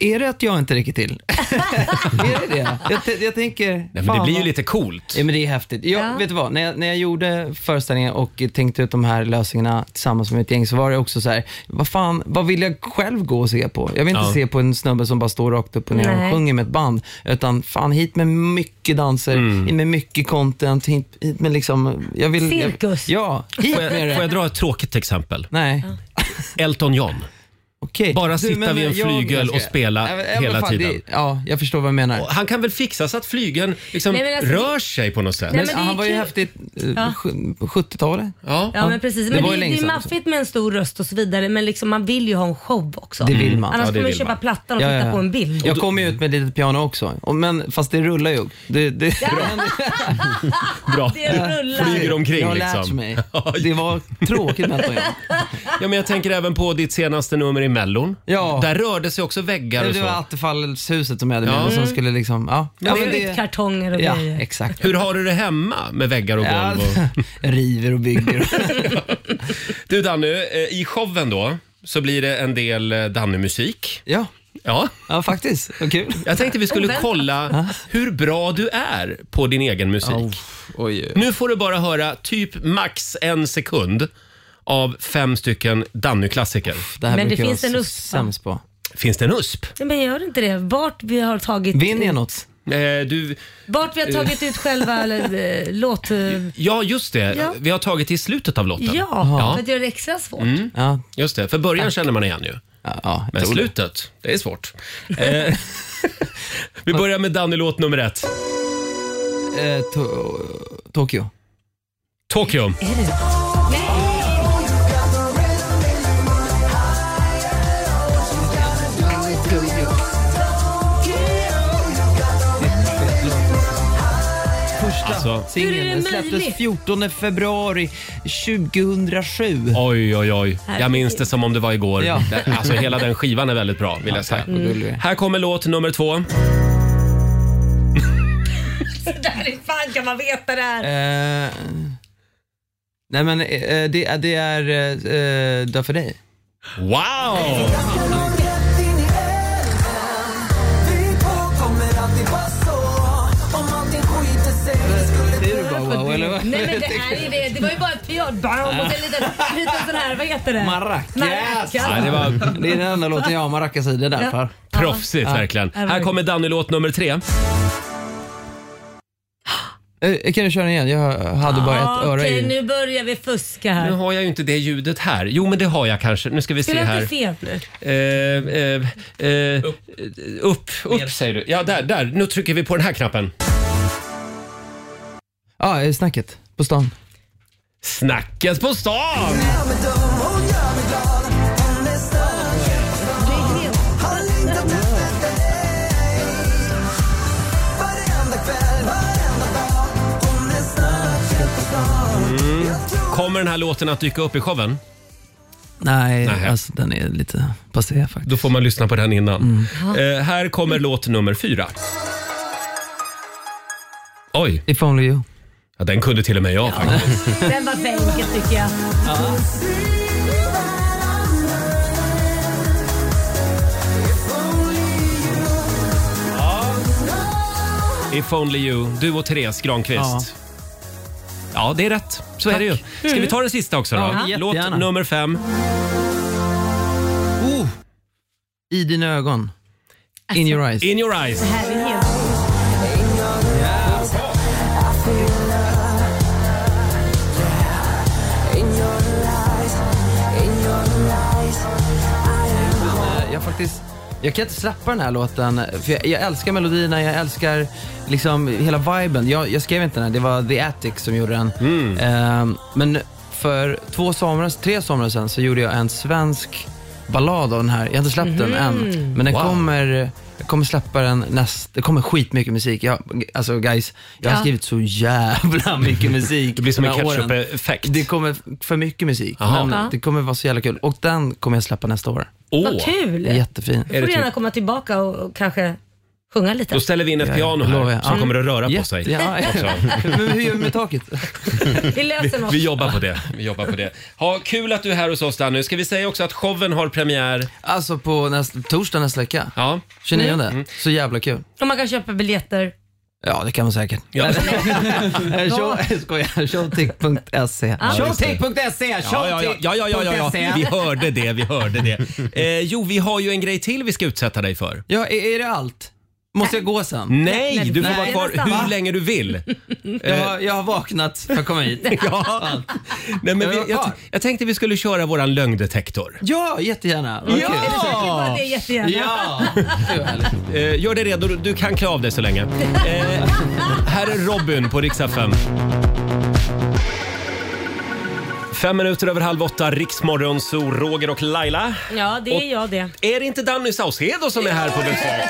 N: är det att jag inte räcker till? är det det? Jag, t- jag tänker... Nej,
A: men det blir ju lite coolt.
N: Ja, men det är häftigt. Jag,
A: Ja.
N: Vet du vad, när jag, när jag gjorde föreställningen och tänkte ut de här lösningarna tillsammans med mitt gäng så var det också så här, vad fan, vad vill jag själv gå och se på? Jag vill inte
A: Ja.
N: se på en snubbe som bara står rakt upp och ner
A: Nej.
N: och sjunger med ett band, utan fan hit med mycket danser, hit med mycket content, hit, hit med liksom... Jag vill,
A: Cirkus.
N: Jag, ja, hit
A: Får
N: med det.
A: jag, får jag dra ett tråkigt exempel?
N: Nej.
A: Elton John. Bara
N: Du,
A: sitta
N: men
A: vid en
N: jag- jag
A: flygel
N: ska-
A: och spela
N: Ja, men- ja, men
A: hela
N: fan,
A: tiden.
N: det- ja, jag förstår vad du menar.
A: Och han kan väl fixa så att flygeln liksom
C: Nej, men alltså, det-
A: rör sig på något sätt?
C: Nej, men det är
N: han var ju
C: kul.
N: häftigt eh,
C: Ja.
N: sj- på 70-talet.
A: Ja,
C: Ja men precis. Men det,
N: var ju
C: det,
N: länge
C: är
N: sedan.
C: maffigt med en stor röst och så vidare men liksom, man vill ju ha en show också.
N: Det vill man.
C: Annars
N: Ja, det
C: kommer man
N: vill
C: köpa
N: man.
C: plattan och
N: Ja, ja,
C: titta
N: ja.
C: på en bild.
N: Jag kom ju ut med ett litet piano också, Och- men, fast det rullar ju. Det, det,
A: Bra.
C: Det rullar.
A: Flyger omkring
N: Jag har
A: liksom.
N: lärt mig. Det var tråkigt med Elton John.
A: Ja, men jag tänker även på ditt senaste nummer i Mellon.
N: Ja.
A: Där rörde sig också väggar och
N: Det
A: så.
N: var Attefallshuset som jag hade med
A: Ja.
N: mig som
A: Mm.
N: skulle liksom, ja. ja men det,
C: kartonger och
N: ja
C: grejer.
N: exakt.
A: Hur har du det hemma med väggar och
N: Ja,
A: golv? Och...
N: river och bygger.
A: Du Danny, eh, i showen då så blir det en del eh, Danny-musik.
N: Ja.
A: Ja.
N: ja, faktiskt. Vad kul.
A: Jag tänkte vi skulle
N: Oväntat.
A: kolla hur bra du är på din egen musik.
N: Oh.
A: Nu får du bara höra typ max en sekund av fem stycken Danny-klassiker.
N: Det
C: här Men brukar det jag finns vara en så USP, va? sämst
N: på.
A: Finns det en USP?
C: Nej, Men gör inte det. Vart vi har tagit...
N: något?
A: Eh, du,
C: Vart vi har tagit ut själva eller, eh, låt... eh,
A: ja, just det.
C: Ja.
A: Vi har tagit i slutet av låten.
C: Ja, för att göra det extra svårt.
A: Mm.
N: Ja.
A: Just det, för början känner man igen ju. Men
N: tror det.
A: slutet, det är svårt. Eh, Vi börjar med Danny-låt nummer ett.
N: Eh, to- Tokyo.
A: Tokyo.
N: Första
A: Alltså-
C: Hur är det
N: singeln släpptes
C: möjligt?
N: 14 februari 2007.
A: Oj, oj, oj. Jag minns det som om det var igår.
N: Ja.
A: Alltså hela den skivan är väldigt bra vill jag säga. Mm.
N: vad gullig du är.
A: Här kommer låt nummer två.
C: Så där är fan kan man veta det här.
N: Eh, Nej men eh, det, är- det är eh, Dö för dig.
A: Wow!
N: Wow, eller vad?
C: Nej men det här är det. Det var ju bara ett piano och en liten, liten sån här, vad heter det?
N: Maracas!
C: Maracas.
A: Ja, det var-
N: det är den enda låten jag har maracas i, det är därför.
A: Proffsigt
N: Ja.
A: verkligen.
N: Ja,
A: Här kommer Danny-låt nummer tre.
N: Eh, Kan du köra den igen? Jag hade bara ett öra
C: Ah, Okej,
N: i.
C: nu börjar vi fuska
A: Nu
C: här.
A: har jag ju inte det ljudet här. Jo, men det har jag kanske. Nu ska vi Mm. se
C: Spelar
A: här.
C: inte fel nu.
A: Eh, eh, eh, upp. upp, säger du. Ja, där, där. Nu trycker vi på den här knappen.
N: Ja, eh, snacket på stan.
A: Snacket på stan! Mm. Mm. Kommer den här låten att dyka upp i showen?
N: Nej, alltså den är lite passé faktiskt.
A: Då får man lyssna på den innan. Eh, här kommer låt nummer fyra. Oj.
N: If only you.
A: Ja, den kunde till och med jag faktiskt.
C: Den var för enkel tycker jag.
A: If only you, du och Therese Granqvist. Ja. det är rätt. Så är det ju. Ska vi ta den sista också då?
N: Ja,
A: Låt
N: jättegärna.
A: nummer fem.
N: Oh. I dina ögon.
C: Alltså,
N: In your eyes.
A: In your eyes.
N: Eh, Jag faktiskt jag kan inte släppa den här låten, för jag, jag älskar melodierna, jag älskar liksom hela viben. Jag, jag skrev inte den här, det var The Attic som gjorde den.
A: Mm.
N: Eh, men för två somras, tre somrar sedan så gjorde jag en svensk ballad av den här. Jag har inte släppt den än, men den
A: Wow.
N: kommer, jag kommer släppa den näst, det kommer skitmycket musik. Jag, alltså guys, jag har
A: Ja.
N: skrivit så jävla mycket musik.
A: Det blir som en
N: de här åren.
A: ketchup-effekt.
N: Det kommer för mycket musik,
A: Jaha.
N: men
C: Ja.
N: det kommer vara så jävla kul. Och den kommer jag släppa nästa år.
C: Vad kul!
N: Jättefin.
C: Då får du gärna komma tillbaka och och kanske sjunga lite.
A: Då ställer vi in ett piano
N: lovar
A: här
N: jag.
A: som
N: Ja.
A: kommer att röra på
N: Jätte-
A: sig.
N: Ja, ja.
A: också.
N: Men hur gör vi med taket?
C: Vi löser något.
A: Vi jobbar på det. Vi jobbar på det. Ha, kul att du är här hos oss Danny. Ska vi säga också att showen har premiär?
N: Alltså på nästa, torsdag nästa vecka.
A: Ja.
N: 29.
A: Mm.
N: Så jävla kul.
C: Och man kan köpa biljetter.
N: Ja, det kan man säkert.
A: Ja.
N: Eh, show- jag skojar. Showtick.se. Showtick.se!
A: Ja, ja, ja, ja, ja, ja, ja,
N: E.
A: ja. Vi hörde det, vi hörde det. Eh, jo, vi har ju en grej till vi ska utsätta dig för.
N: Ja, är, är det allt? Måste jag gå
A: Mm.
N: sen?
A: Nej, du får vara kvar hur länge du vill.
N: Jag, har- jag har vaknat för att komma hit.
A: ja. Nej, men vi, jag, t- jag tänkte vi skulle köra våran lögndetektor.
N: ja, jättegärna. Vad
A: Ja!
N: kul.
A: Jag försöker
C: bara det jättegärna.
N: Ja!
A: Eh, gör dig redo, du kan klä av dig så länge. Eh, här är Robin på riksdag 5. Fem minuter över halv åtta, Riksmorgon, så Roger och Laila.
C: Ja, det är
A: Och-
C: jag det.
A: Är det inte Danny Saucedo som är här på besök?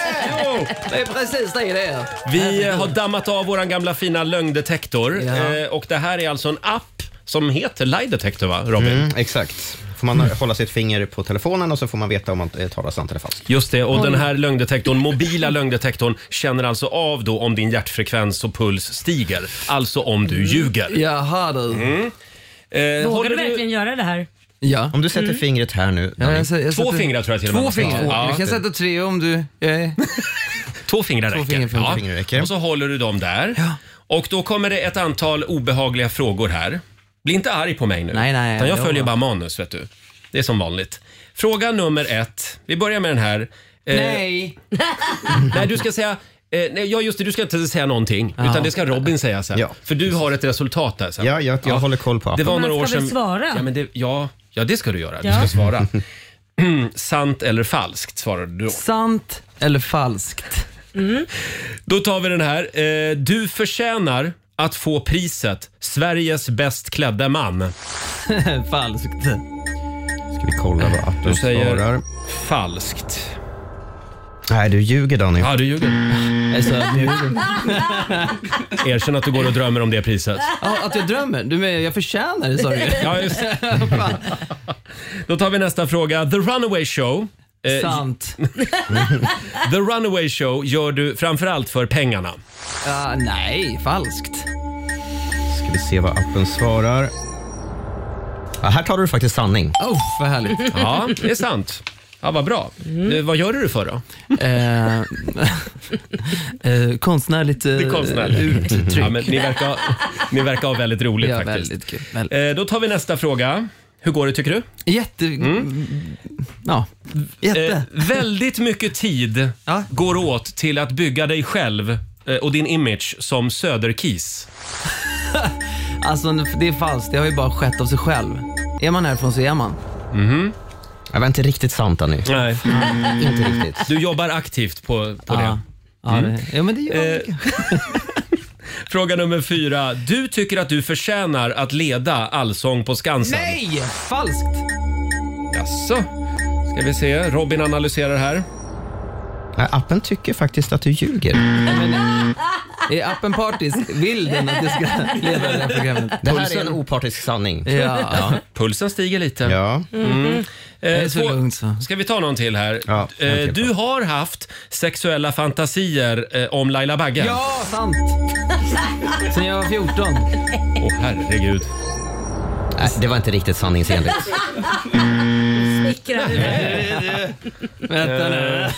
N: Det är precis det det är.
A: Vi eh, har dammat av våran gamla fina lögndetektor
F: Ja.
A: eh, och det här är alltså en app som heter Lie Detector va, Robin?
F: Mm, exakt. Får man
A: Mm.
F: hålla sitt finger på telefonen och så får man veta om man eh, talar sant eller falskt.
A: Just det, och
F: Oj.
A: den här lögndetektorn, mobila lögndetektorn känner alltså av då om din hjärtfrekvens och puls stiger. Alltså om du ljuger.
N: Jaha du.
A: Mm. Eh,
C: Vågar
A: håller
C: du
A: du-
C: verkligen göra det här?
N: Ja.
F: Om du sätter fingret här nu.
N: Ja, jag sätter- jag
A: Två
N: sätter-
A: fingrar tror Mm. jag till och med
N: Två
A: man ska ha.
N: fingrar?
A: Ja. Eh.
N: Jag kan sätta tre om du... eh. Jag är...
A: Två fingrar
N: Två
A: räcker.
N: fingrar, fingrar,
A: ja.
N: fingrar
A: Och så håller du dem där. Och då kommer det ett antal obehagliga frågor här. Bli inte arg på mig nu.
N: Nej, nej,
A: utan jag
N: jag-
A: följer bara manus, vet du. Det är som vanligt. Fråga nummer ett. Vi börjar med den här. Eh,
N: Nej.
A: Nej, du ska säga... Eh, nej, ja, just det. Du ska inte säga någonting.
F: Ja.
A: Utan det ska Robin säga sen.
F: Ja.
A: För du har ett resultat där sen.
F: Ja, jag, jag håller koll på
A: Det
F: appen.
A: var
C: Man
A: några
C: ska
A: år
C: väl
A: sedan...
C: svara?
A: Ja, men det, ja, ja, det ska du göra.
C: Ja.
A: Du ska svara. Sant eller falskt svarade du då.
N: Sant eller falskt?
A: Då tar vi den här. Eh, du förtjänar att få priset Sveriges bäst klädda man.
N: falskt.
F: Ska vi kolla vad appen
A: Du säger
F: svarar?
A: falskt.
F: Nej, du ljuger Danny.
A: Ja, du ljuger.
N: Alltså, att du-
A: Erkänn att du går och drömmer om det priset.
N: Ja, att jag drömmer? Du menar, jag förtjänar det sa du
A: Ja, just Då tar vi nästa fråga. The Runaway Show. Eh,
N: Sant.
A: The Runaway Show gör du framförallt för pengarna.
N: Ja, nej, falskt.
F: Ska vi se vad appen svarar. Ja, här tar du faktiskt sanning.
N: Oh, vad härligt.
A: Ja, det är sant. Ja, vad bra. Eh, Vad gör du för då?
N: Eh, eh, konstnärligt eh,
A: Det är konstnärligt.
N: uttryck.
A: Ja, men ni, verkar ha, ni verkar ha väldigt roligt
N: Ja,
A: faktiskt.
N: väldigt kul.
A: Eh, Då tar vi nästa fråga. Hur går det tycker du?
N: Jätte... Mm. Ja, jätte.
A: Eh, väldigt mycket tid går åt till att bygga dig själv eh, och din image som söderkis.
N: Alltså det är falskt, det har ju bara skett av sig själv. Är man härifrån så är man.
A: Mhm.
F: Det var inte riktigt sant Annie.
A: Nej.
F: Mm. Inte riktigt.
A: Du jobbar aktivt på, på
N: Ja. Mm.
A: det.
N: Ja, det- ja, men det gör
A: Eh, Fråga nummer fyra. Du tycker att du förtjänar att leda Allsång på Skansen.
N: Nej! Falskt!
A: Jaså? Ska vi se. Robin analyserar här.
F: Nej, Äh, appen tycker faktiskt att du ljuger.
N: Är appen partisk? Vill den att jag ska leda det här programmet?
F: Det här är en opartisk sanning.
N: Ja.
A: Pulsen stiger lite.
F: Ja.
A: Mm.
N: Det är så
A: två-
N: lugnt så.
A: Ska vi ta någon till här?
F: Ja,
A: eh,
F: okej,
A: du har haft sexuella fantasier eh, om Laila Bagge.
N: Ja, sant! Sen jag var 14.
A: Åh, herregud.
F: Nej, det var inte riktigt sanningsenligt.
C: Smickrar
N: Vänta nu.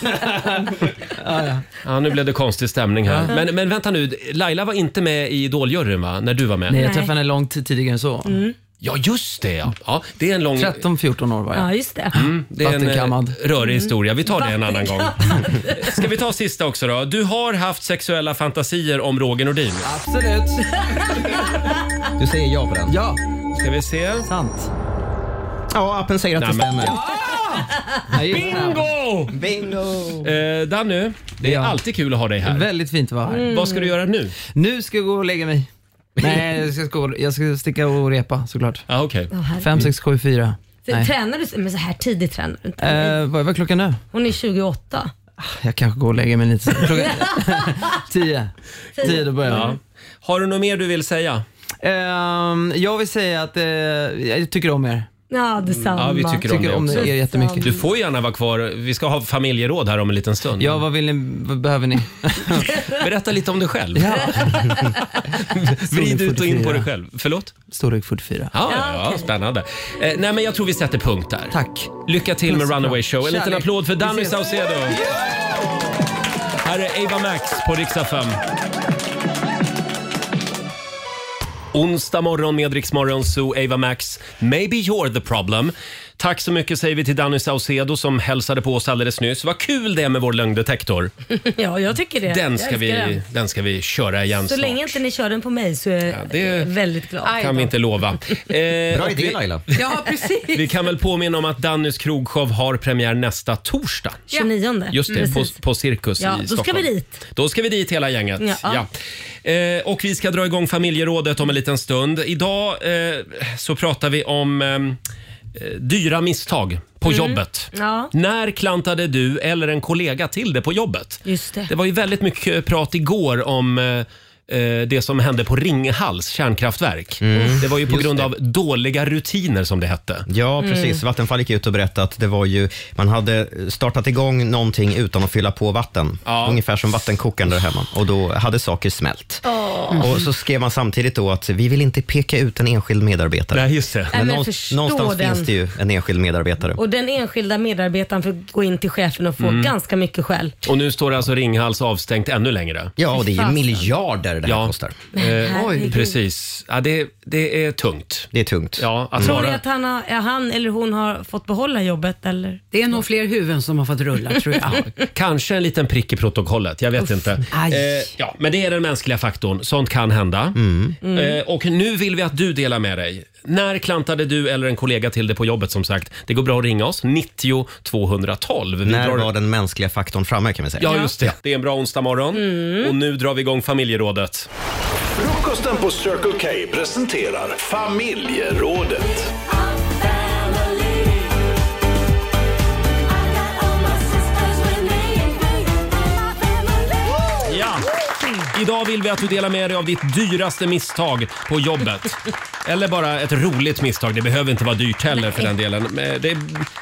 A: Ja, nu blev det konstig stämning här. Men, men vänta nu, Laila var inte med i Idoljuryn va? När du var med?
N: Nej, Mm. jag träffade henne långt tidigare än så.
A: Ja, just det ja. ja det är en lång...
N: 13-14 år var jag.
C: Ja, just det.
A: Mm, det är en eh,
N: Vattenkammad. Mm.
A: rörig historia. Vi tar det en annan gång. Ska vi ta sista också då? Du har haft sexuella fantasier om Roger Nordin.
N: Absolut.
F: Du säger ja på den.
N: Ja.
A: Ska vi se?
N: Sant.
F: Ja, appen säger att det
A: Nej, men-
F: stämmer.
A: Bingo!
F: Bingo!
A: Eh, Danny, det är
N: Ja.
A: alltid kul att ha dig här. Mm.
N: Väldigt fint att vara här.
A: Vad ska du göra nu?
N: Nu ska jag gå och lägga mig. Nej, jag ska, gå, jag ska sticka och repa såklart.
A: Ja, Ah, okej.
C: Åh, herregud.
N: Fem, sex, sju, fyra. Nej.
C: Tränar du? Men så här tidigt tränar du inte.
N: Eh, vad vad är klockan nu? Ah,
C: Hon är 28.
N: Jag kanske går och lägger mig lite sen. Klockan tio. Tio, då börjar jag.
A: Ja. Har du något mer du vill säga?
N: Ehm, jag vill säga att eh, jag tycker om er.
C: Ja, detsamma.
A: Ja, vi tycker om
N: Tycker
A: det
N: om
A: också.
N: er jättemycket.
A: Du får gärna vara kvar. Vi ska ha familjeråd här om en liten stund.
N: Ja, vad vill ni? Vad behöver ni?
A: Berätta lite om dig själv.
N: Ja.
A: Vrid ut och in på
N: 44.
A: dig själv. Förlåt?
N: Storlek 44.
A: Ja, ja, ja, spännande. Eh, nej, men jag tror vi sätter punkt där.
N: Tack.
A: Lycka till med
N: Puss och kram.
A: Runaway Show. En liten
N: Kärlek.
A: applåd för
N: Vi
A: Danny
N: ses.
A: Saucedo. Här är Ava Max på riksdag 5. Onsdag morgon med Rix Morgon Zoo, Ava Max. Maybe you're the problem. Tack så mycket säger vi till Danny Saucedo som hälsade på oss alldeles nyss. Vad kul det är med vår lögndetektor.
C: ja, jag tycker det.
A: Den
C: Jag
A: ska,
C: älskar
A: vi,
C: den.
A: den ska vi köra igen
C: Så
A: snart.
C: länge inte ni kör den på mig så är
A: det-
C: jag väldigt glad.
A: kan vi inte lova. Eh,
F: Bra
A: och
F: idé
A: vi-
F: Laila.
E: Ja, precis.
A: Vi kan väl påminna om att Dannys krogshow har premiär nästa torsdag.
C: 29.
A: Just det, på,
C: Precis.
A: på Cirkus
C: Ja,
A: i
C: då ska
A: Stockholm.
C: vi dit.
A: Då ska vi dit hela gänget. Ja.
C: Ja.
A: Eh, och vi ska dra igång familjerådet om en liten stund. Idag eh, så pratar vi om eh, dyra misstag på jobbet.
C: Mm. Ja,
A: När klantade du eller en kollega till det på jobbet?
C: just det.
A: Det var ju väldigt mycket prat igår om eh, eh, det som hände på Ringhals kärnkraftverk. Det var ju på
F: Mm. Just
A: grund
F: det.
A: av dåliga rutiner som det hette.
F: Ja, precis. Vattenfall gick ut och berättade att det var ju, man hade startat igång någonting utan att fylla på vatten.
A: Ja.
F: Ungefär som vattenkokaren där hemma. Och då hade saker smält. Mm. Och så skrev man samtidigt då att vi vill inte peka ut en enskild medarbetare.
A: Nej, just det.
C: Nej, men
F: någon-
C: förstå
F: någonstans
C: den.
F: finns det ju en enskild medarbetare.
C: Och den enskilda medarbetaren får gå in till chefen och få
A: Mm.
C: ganska mycket skäll.
A: Och nu står alltså Ringhals avstängt ännu längre.
F: Ja, och det är ju
C: Fasen.
F: miljarder det här
A: Ja.
F: kostar.
A: Eh,
C: herregud.
A: precis. Ja, det, det är tungt.
F: Det är tungt.
A: Ja, att
C: Tror ni
A: vara...
C: att han, har, ja, han eller hon har fått behålla jobbet eller?
E: Det är nog fler huvuden som har fått rulla tror jag.
A: Kanske en liten prick i protokollet, jag vet inte.
E: aj.
A: Eh, ja, men det är den mänskliga faktorn. Sånt kan hända. Eh, och nu vill vi att du delar med dig. När klantade du eller en kollega till det på jobbet som sagt? Det går bra att ringa oss, 90 212. Vi
F: När
A: drar-
F: var den mänskliga faktorn framme kan vi säga?
A: Ja, just det. Det är en bra onsdag morgon. och nu drar vi igång familjerådet.
K: Frukosten på Circle K presenterar familjerådet.
A: Ja. Idag vill vi att du delar med dig av ditt dyraste misstag på jobbet. Eller bara ett roligt misstag. Det behöver inte vara dyrt heller för den delen. Men Det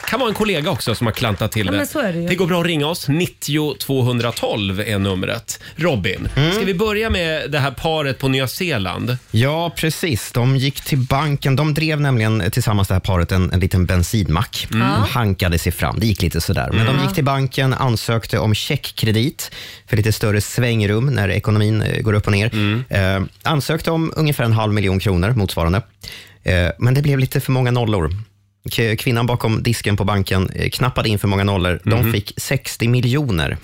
A: kan vara en kollega också som har klantat till
J: Ja,
A: det.
J: men så är det ju.
A: går bra att ringa oss. 90 212 är numret. Robin, ska vi börja med det här paret på Nya Zeeland?
F: Ja, precis. De gick till banken. De drev nämligen tillsammans det här paret en, en liten bensinmack.
O: Mm.
F: De hankade sig fram. Det gick lite sådär. Men
O: Mm.
F: de gick till banken, ansökte om checkkredit för lite större svängrum när ekonomin eh, går upp och ner. Eh, ansökte om ungefär en halv miljon kronor motsvarande. Eh, men det blev lite för många nollor. K- Kvinnan bakom disken på banken eh, knappade in för många nollor. De
O: Mhm.
F: fick 60 miljoner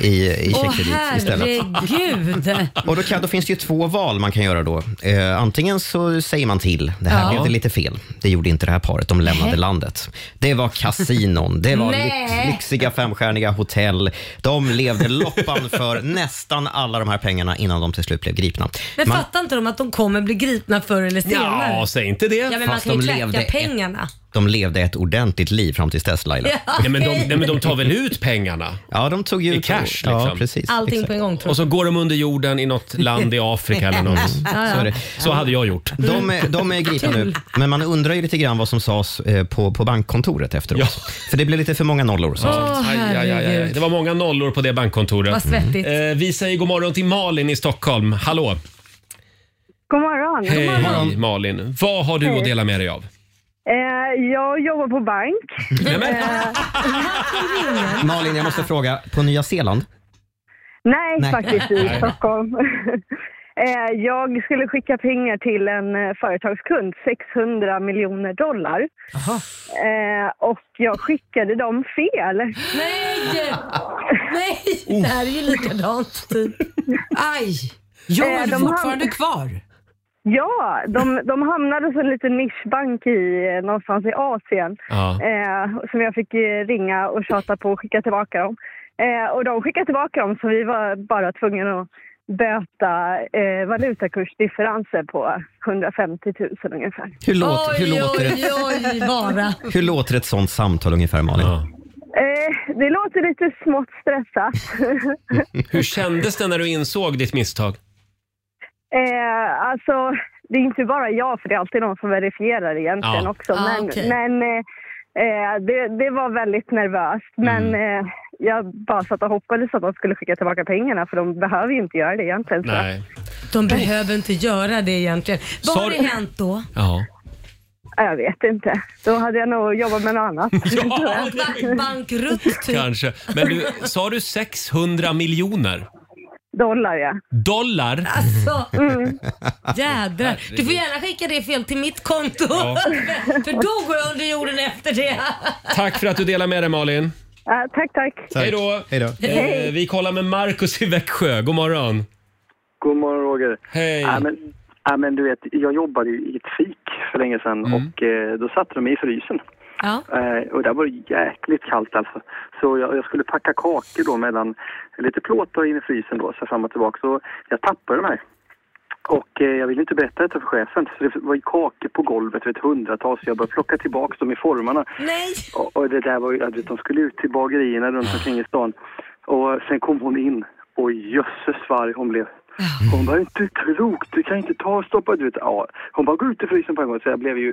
F: i, i
J: Åh
F: checkkredit istället.
J: herregud.
F: Och då, kan, då finns det ju två val man kan göra då. Eh, antingen så säger man till, det här
J: Ja.
F: blev det lite fel. Det gjorde inte det här paret, de lämnade
J: Nej.
F: landet. Det var kasinon, det var
J: Nej.
F: lyx, lyxiga femstjärniga hotell. De levde loppan för nästan alla de här pengarna innan de till slut blev gripna.
C: Men
F: Man-
C: fattar inte de att de kommer bli gripna förr eller senare?
F: Ja, säg inte det.
C: Ja, men man
F: Fast
C: kan ju
F: de
C: kläcka
F: levde ett-
C: pengarna.
F: de levde ett ordentligt liv fram till dess Laila.
C: Ja, Nej, men de- okej. nej, men de tar väl
A: ut pengarna?
F: Ja, de tog ju
A: I
F: ut
A: cash
F: Ja,
A: liksom.
F: precis.
C: Allting
F: exakt.
C: på en gång tror
A: Och
C: jag.
A: så går de under jorden i något land i Afrika eller något.
F: Mm, så är det.
A: Så hade jag gjort.
F: De är, de är gripna nu,
A: Kul.
F: men man undrar ju lite grann vad som sades eh, på, på bankkontoret efteråt. För det blev lite för många nollor. Som
A: Ja,
F: sagt.
A: aj, aj, aj, aj. Det var många nollor på det bankkontoret.
F: Vad svettigt.
A: Eh, vi säger god morgon till Malin i Stockholm. Hallå!
G: God morgon.
A: Hej Malin! Vad har du
G: Hej.
A: att dela med dig av?
G: Eh, jag jobbar på bank. Eh,
F: Malin, jag måste fråga, på Nya Zeeland?
G: Nej,
F: Nej.
G: faktiskt i
F: Nej.
G: Stockholm. Eh, jag skulle skicka pengar till en eh, företagskund, 600 miljoner dollar. Eh, och jag skickade dem fel.
C: Nej! Nej, det här är ju likadant typ.
E: Aj! Jag
G: Eh,
E: är
G: de
E: fortfarande
G: hamn-
E: kvar.
G: Ja, de, de hamnade hos en liten nischbank i, eh, någonstans i Asien
E: Ja.
G: eh, som jag fick eh, ringa och tjata på och skicka tillbaka dem. Eh, och de skickade tillbaka dem så vi var bara tvungna att böta eh, valutakursdifferenser på 150 000 ungefär.
F: Hur låter- hur Oj, låter det? oj,
C: oj, bara.
F: Hur låter ett sånt samtal ungefär, Malin?
G: Eh, det låter lite smått stressat.
A: Hur kändes det när du insåg ditt misstag?
G: eh, alltså, det är inte bara jag, för det är alltid någon som verifierar egentligen
A: Ja.
G: också.
A: Ah,
G: Men,
A: okej.
G: men eh, eh, det, det var väldigt nervöst. Men eh, jag bara satt och hoppades att de skulle skicka tillbaka pengarna, för de behöver ju inte göra det egentligen. tror jag.
C: De behöver inte göra det egentligen. Vad har
G: Sorry.
C: det hänt då?
A: Ja.
G: Ja, Jag vet inte. Då hade jag nog jobbat med något annat.
C: Ba- Bankrutt typ.
A: Kanske. Men du, sa du 600 miljoner?
G: Dollar ja.
A: Dollar?
C: Alltså, jädrar. Du får gärna skicka det fel till mitt konto.
A: Ja.
C: För då går jag under jorden efter det.
A: Tack för att du delar med dig Malin.
G: Ja, tack, tack.
A: Hej då!
G: Hej.
A: Eh, vi kollar med Markus i Växjö. God morgon.
P: God morgon Roger.
A: Hej.
P: Ja, men, ja, men du vet, jag jobbade ju i ett fik för länge sedan
E: Mm.
P: och eh, då satte de mig i frysen.
C: Ja.
P: Eh, och där var det jäkligt kallt alltså. Så jag, jag skulle packa kakor då mellan lite plåt och in i frysen då, så fram och tillbaka. Så jag tappade de här. Och eh, jag ville inte berätta detta för chefen, så det var ju kakor på golvet, ett hundratal, så jag började plocka tillbaka dem i formarna.
C: Nej!
P: Och, och det där var ju, ja, du vet, de skulle ut till bagerierna runt omkring i stan. Och sen kom hon in, och jösses vad arg hon blev. Hon bara, inte klokt, du kan inte ta och stoppa, du vet. Ja. Hon bara, gå ut i frysen på en gång. Så jag blev ju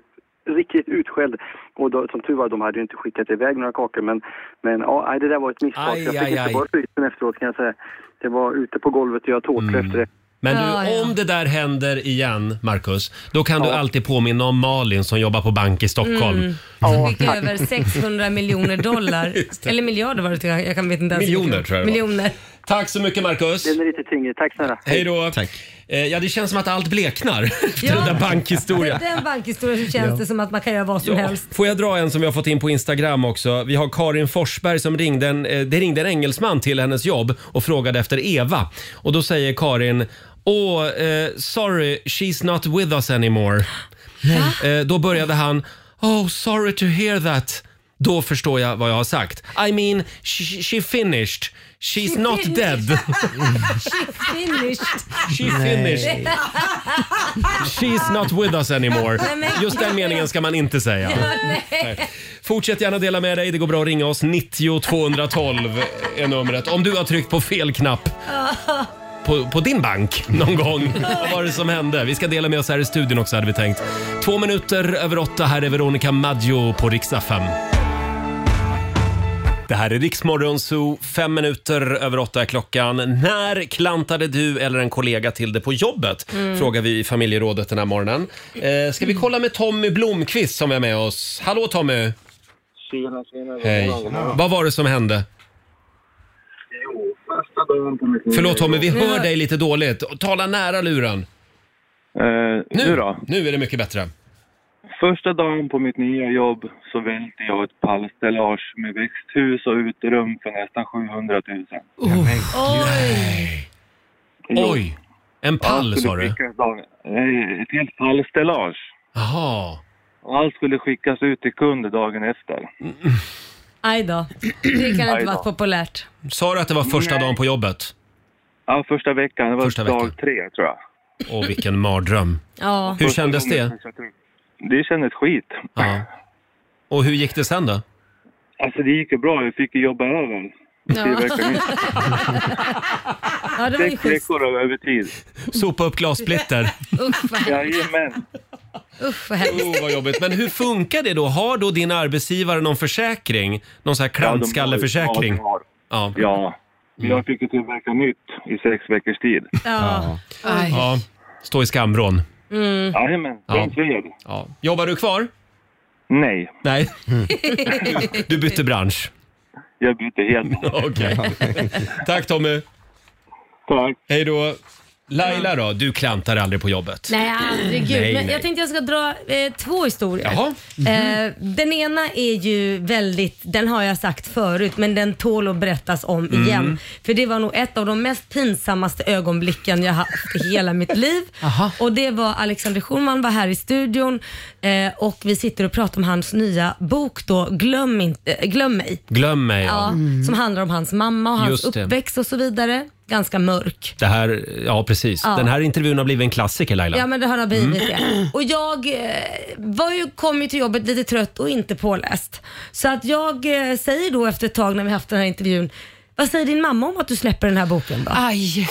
P: riktigt utskälld. Och då, som tur var, de hade ju inte skickat iväg några kakor. Men, men ja, nej, det där var ett misstag.
A: Aj,
P: jag fick
A: aj,
P: inte
A: aj.
P: bort frysen efteråt kan jag säga. Det var ute på golvet och jag tårtade
A: Mm.
P: efter det.
A: Men du,
P: Ja, ja.
A: om det där händer igen, Markus, då kan du alltid påminna om Malin som jobbar på bank i Stockholm.
C: Mm. Som fick över 600 miljoner dollar. Eller miljarder var det tror jag. Jag kan vet inte ens.
A: Miljoner tror jag det var.
C: Miljoner.
A: Tack så mycket Markus. Den
P: är lite tyngre. Tack snälla.
A: Hej då. Tack. Ja, det känns som att allt bleknar efter
C: Ja.
A: den där
C: Det
A: bankhistorien.
C: är den bankhistorien så känns
A: Oh, Ja.
C: det som att man kan göra vad som helst.
A: Får jag dra en som vi har fått in på Instagram också? Vi har Karin Forsberg som ringde en, eh, det ringde en engelsman till hennes jobb och frågade efter Eva. Och då säger Karin Åh, eh, sorry, she's not with us anymore. Eh, då började han Oh, sorry to hear that. Då förstår jag vad jag har sagt. I mean, she, she finished. She's
J: She
A: not
J: finished.
A: dead.
J: She finished.
A: She finished. She's not with us anymore.
J: Nej, men-
A: Just den meningen ska man inte säga. Nej. Fortsätt gärna dela med dig. Det går bra att ringa oss. 90 212 är numret. Om du har tryckt på fel knapp. på, på din bank någon gång. Vad var det som hände? Vi ska dela med oss här i studion också hade vi tänkt. Två minuter över åtta, här är Veronica Maggio på riksdag 5. Det här är Riksmorgon Zoo, fem minuter över åtta är klockan. När klantade du eller en kollega till det på jobbet?
O: Mm.
A: Frågar vi i familjerådet den här morgonen. Eh, ska vi kolla med Tommy Blomqvist som är med oss? Hallå Tommy!
Q: Tjena, tjena.
A: Hej! Vad var det som hände? Förlåt Tommy, vi hör dig lite dåligt. Tala nära luren.
Q: Eh, nu då?
A: Nu är det mycket bättre.
Q: Första dagen på mitt nya jobb så välte jag ett pallställage med växthus och uterum för nästan 700 000.
A: Oj! Oj! En pall
Q: Allt
A: sa
Q: skulle
A: du?
Q: skickas dagen- Nej, ett helt pallställage.
A: Jaha.
Q: Och allt skulle skickas ut till kund dagen efter.
C: Aj då. Det kan
Q: Aj
C: inte
Q: då.
C: varit populärt.
A: Sa du att det var första
Q: Nej.
A: dagen på jobbet?
Q: Ja, första veckan. Det var
A: Första
Q: dag
A: veckan.
Q: tre, tror jag.
A: Åh, vilken mardröm.
C: Ja.
A: Hur kändes det?
Q: Det kändes skit.
A: Ja. Och hur gick det sen då?
Q: Alltså, det gick ju bra. Jag fick ju jobba över.
C: Ja.
Q: Tre veckor minst.
C: Ja, det var ju
Q: Sex
C: schysst.
Q: veckor av övertid.
A: Sopa upp glassplitter.
C: Usch vad hemskt.
Q: Jajamän.
C: Usch vad hemskt.
A: Oh, vad jobbigt. Men hur funkar det då? Har då din arbetsgivare någon försäkring? Någon sån här
Q: Ja, de har-
A: klantskalleförsäkring?
Q: Ja, de
A: har.
Q: ja. jag fick ju tillverka nytt i sex veckors tid.
C: Ja. Aj.
A: Ja, stå i skamvrån.
C: Mm.
Q: Jajamän,
A: Ja.
Q: den sved.
A: Ja. Jobbar du kvar?
Q: Nej.
A: Nej. Du bytte bransch?
Q: Jag bytte helt.
A: Okej. Tack Tommy.
Q: Tack.
A: Hej då. Laila då, du klantar aldrig på jobbet?
C: Nej, herregud.
A: Nej,
C: Men
A: nej.
C: jag tänkte jag ska dra eh, två historier.
A: Jaha. Mm-hmm.
C: Eh, den ena är ju väldigt, den har jag sagt förut, men den tål att berättas om
J: Mm.
C: igen. För det var nog ett av de mest pinsammaste ögonblicken jag haft i hela mitt liv. Och det var Alexander Schulman var här i studion eh, och vi sitter och pratar om hans nya bok då, Glöm, inte, eh, glöm mig.
A: Glöm mig.
C: Ja, Som handlar om hans mamma och hans
A: Mm. Just det.
C: uppväxt och så vidare. Ganska mörk.
A: Det här, ja precis.
C: Ja.
A: Den här intervjun har blivit en klassiker Laila.
C: Ja men det har det blivit
A: Mm.
C: det. Och jag eh, var ju, kom ju till jobbet lite trött och inte påläst. Så att jag eh, säger då efter ett tag när vi haft den här intervjun, vad säger din mamma om att du släpper den här boken då? Aj.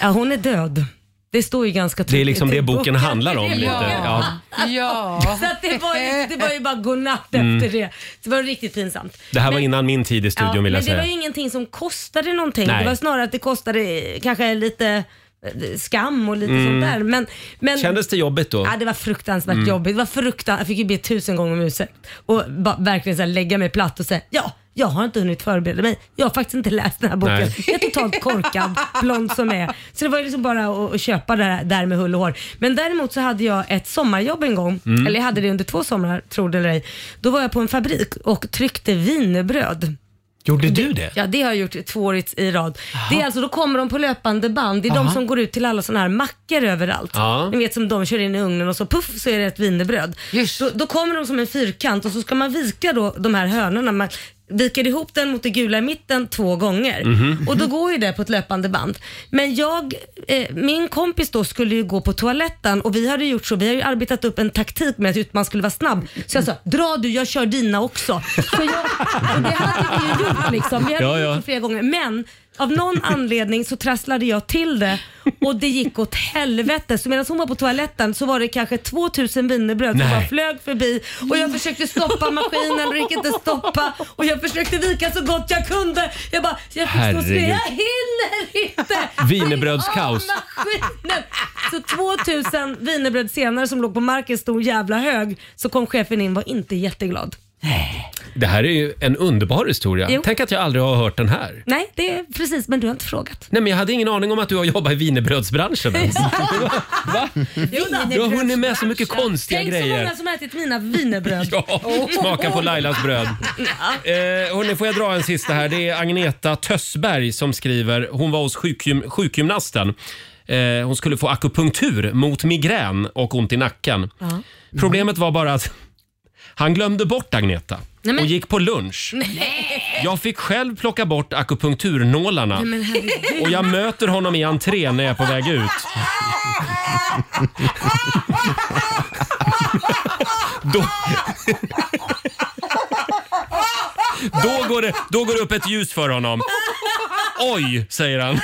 C: Ja hon är död. Det står ju ganska
A: Det är liksom
C: tydligt i
A: det boken handlar om lite. Ja.
C: Ja. Så att det, var ju, det var ju bara godnatt
A: Mm.
C: efter det. Det var riktigt pinsamt.
A: Det här var innan min tid i studion
C: Ja,
A: vill
C: men
A: jag
C: det
A: säga.
C: var ju ingenting som kostade någonting.
A: Nej.
C: Det var snarare att det kostade eh, kanske lite eh, skam och lite
A: Mm.
C: sånt där. Men, men,
A: Kändes det jobbigt då?
C: Ja, det var fruktansvärt
A: Mm.
C: jobbigt. Det var fruktan... Jag fick ju be tusen gånger om ursäkt och ba, verkligen så här lägga mig platt och säga ja, jag har inte hunnit förbereda mig. Jag har faktiskt inte läst den här boken.
J: Nej.
C: Jag är totalt korkad, blond som jag är. Så det var ju liksom bara att, att köpa det här- där med hull och hår. Men däremot så hade jag ett sommarjobb en gång,
J: Mm.
C: eller jag hade det under två somrar, tror det eller ej. Då var jag på en fabrik och tryckte wienerbröd.
A: Gjorde du det?
C: Ja, det har jag gjort två år i, i rad. Det är alltså, då kommer de på löpande band. Det är de
A: Aha.
C: som går ut till alla sådana här mackor överallt.
A: Ja.
C: Ni vet som de kör in i ugnen och så puff så är det ett wienerbröd. Då, då kommer de som en fyrkant och så ska man vika då de här hönorna. Man viker ihop den mot det gula i mitten två gånger
J: Mhm.
C: och då går ju det på ett löpande band. Men jag, eh, min kompis då skulle ju gå på toaletten och vi hade gjort så, vi hade ju arbetat upp en taktik med att man skulle vara snabb. Så jag sa, dra du, jag kör dina också. Så jag, och det hade vi ju gjort liksom. Vi hade
J: Ja, ja.
C: gjort det flera gånger. Men av någon anledning så trasslade jag till det och det gick åt helvete. Så medan hon var på toaletten så var det kanske 2000 wienerbröd som
J: Nej.
C: bara flög förbi och jag försökte stoppa maskinen och det gick inte att stoppa och jag försökte vika så gott jag kunde. Jag bara, jag fick stå och säga,
A: Herregud.
C: jag hinner inte.
A: Wienerbrödskaos.
C: Maskinen. Så 2000 wienerbröd senare som låg på marken stod jävla hög så kom chefen in var inte jätteglad.
A: Det här är ju en underbar historia.
C: Jo.
A: Tänk att jag aldrig har hört den här.
C: Nej, det är precis men du har inte frågat.
A: Nej, men jag hade ingen aning om att du har jobbat i wienerbrödsbranschen ens. Va? Du har hunnit med så mycket konstiga
C: Tänk så
A: grejer.
C: många som ätit mina wienerbröd.
A: Ja,
J: Oh.
A: smaka på Lailas bröd. Eh, hörni, får jag dra en sista här? Det är Agneta Tössberg som skriver. Hon var hos sjukgym- sjukgymnasten. Eh, hon skulle få akupunktur mot migrän och ont i nacken.
J: Ja.
A: Problemet var bara att han glömde bort Agneta
J: Nej, men-
A: och gick på lunch. Jag fick själv plocka bort akupunkturnålarna
J: Nej, men herregud.
A: och jag möter honom i entrén när jag är på väg ut. Då... Då går, det, då går det upp ett ljus för honom. Oj, säger han.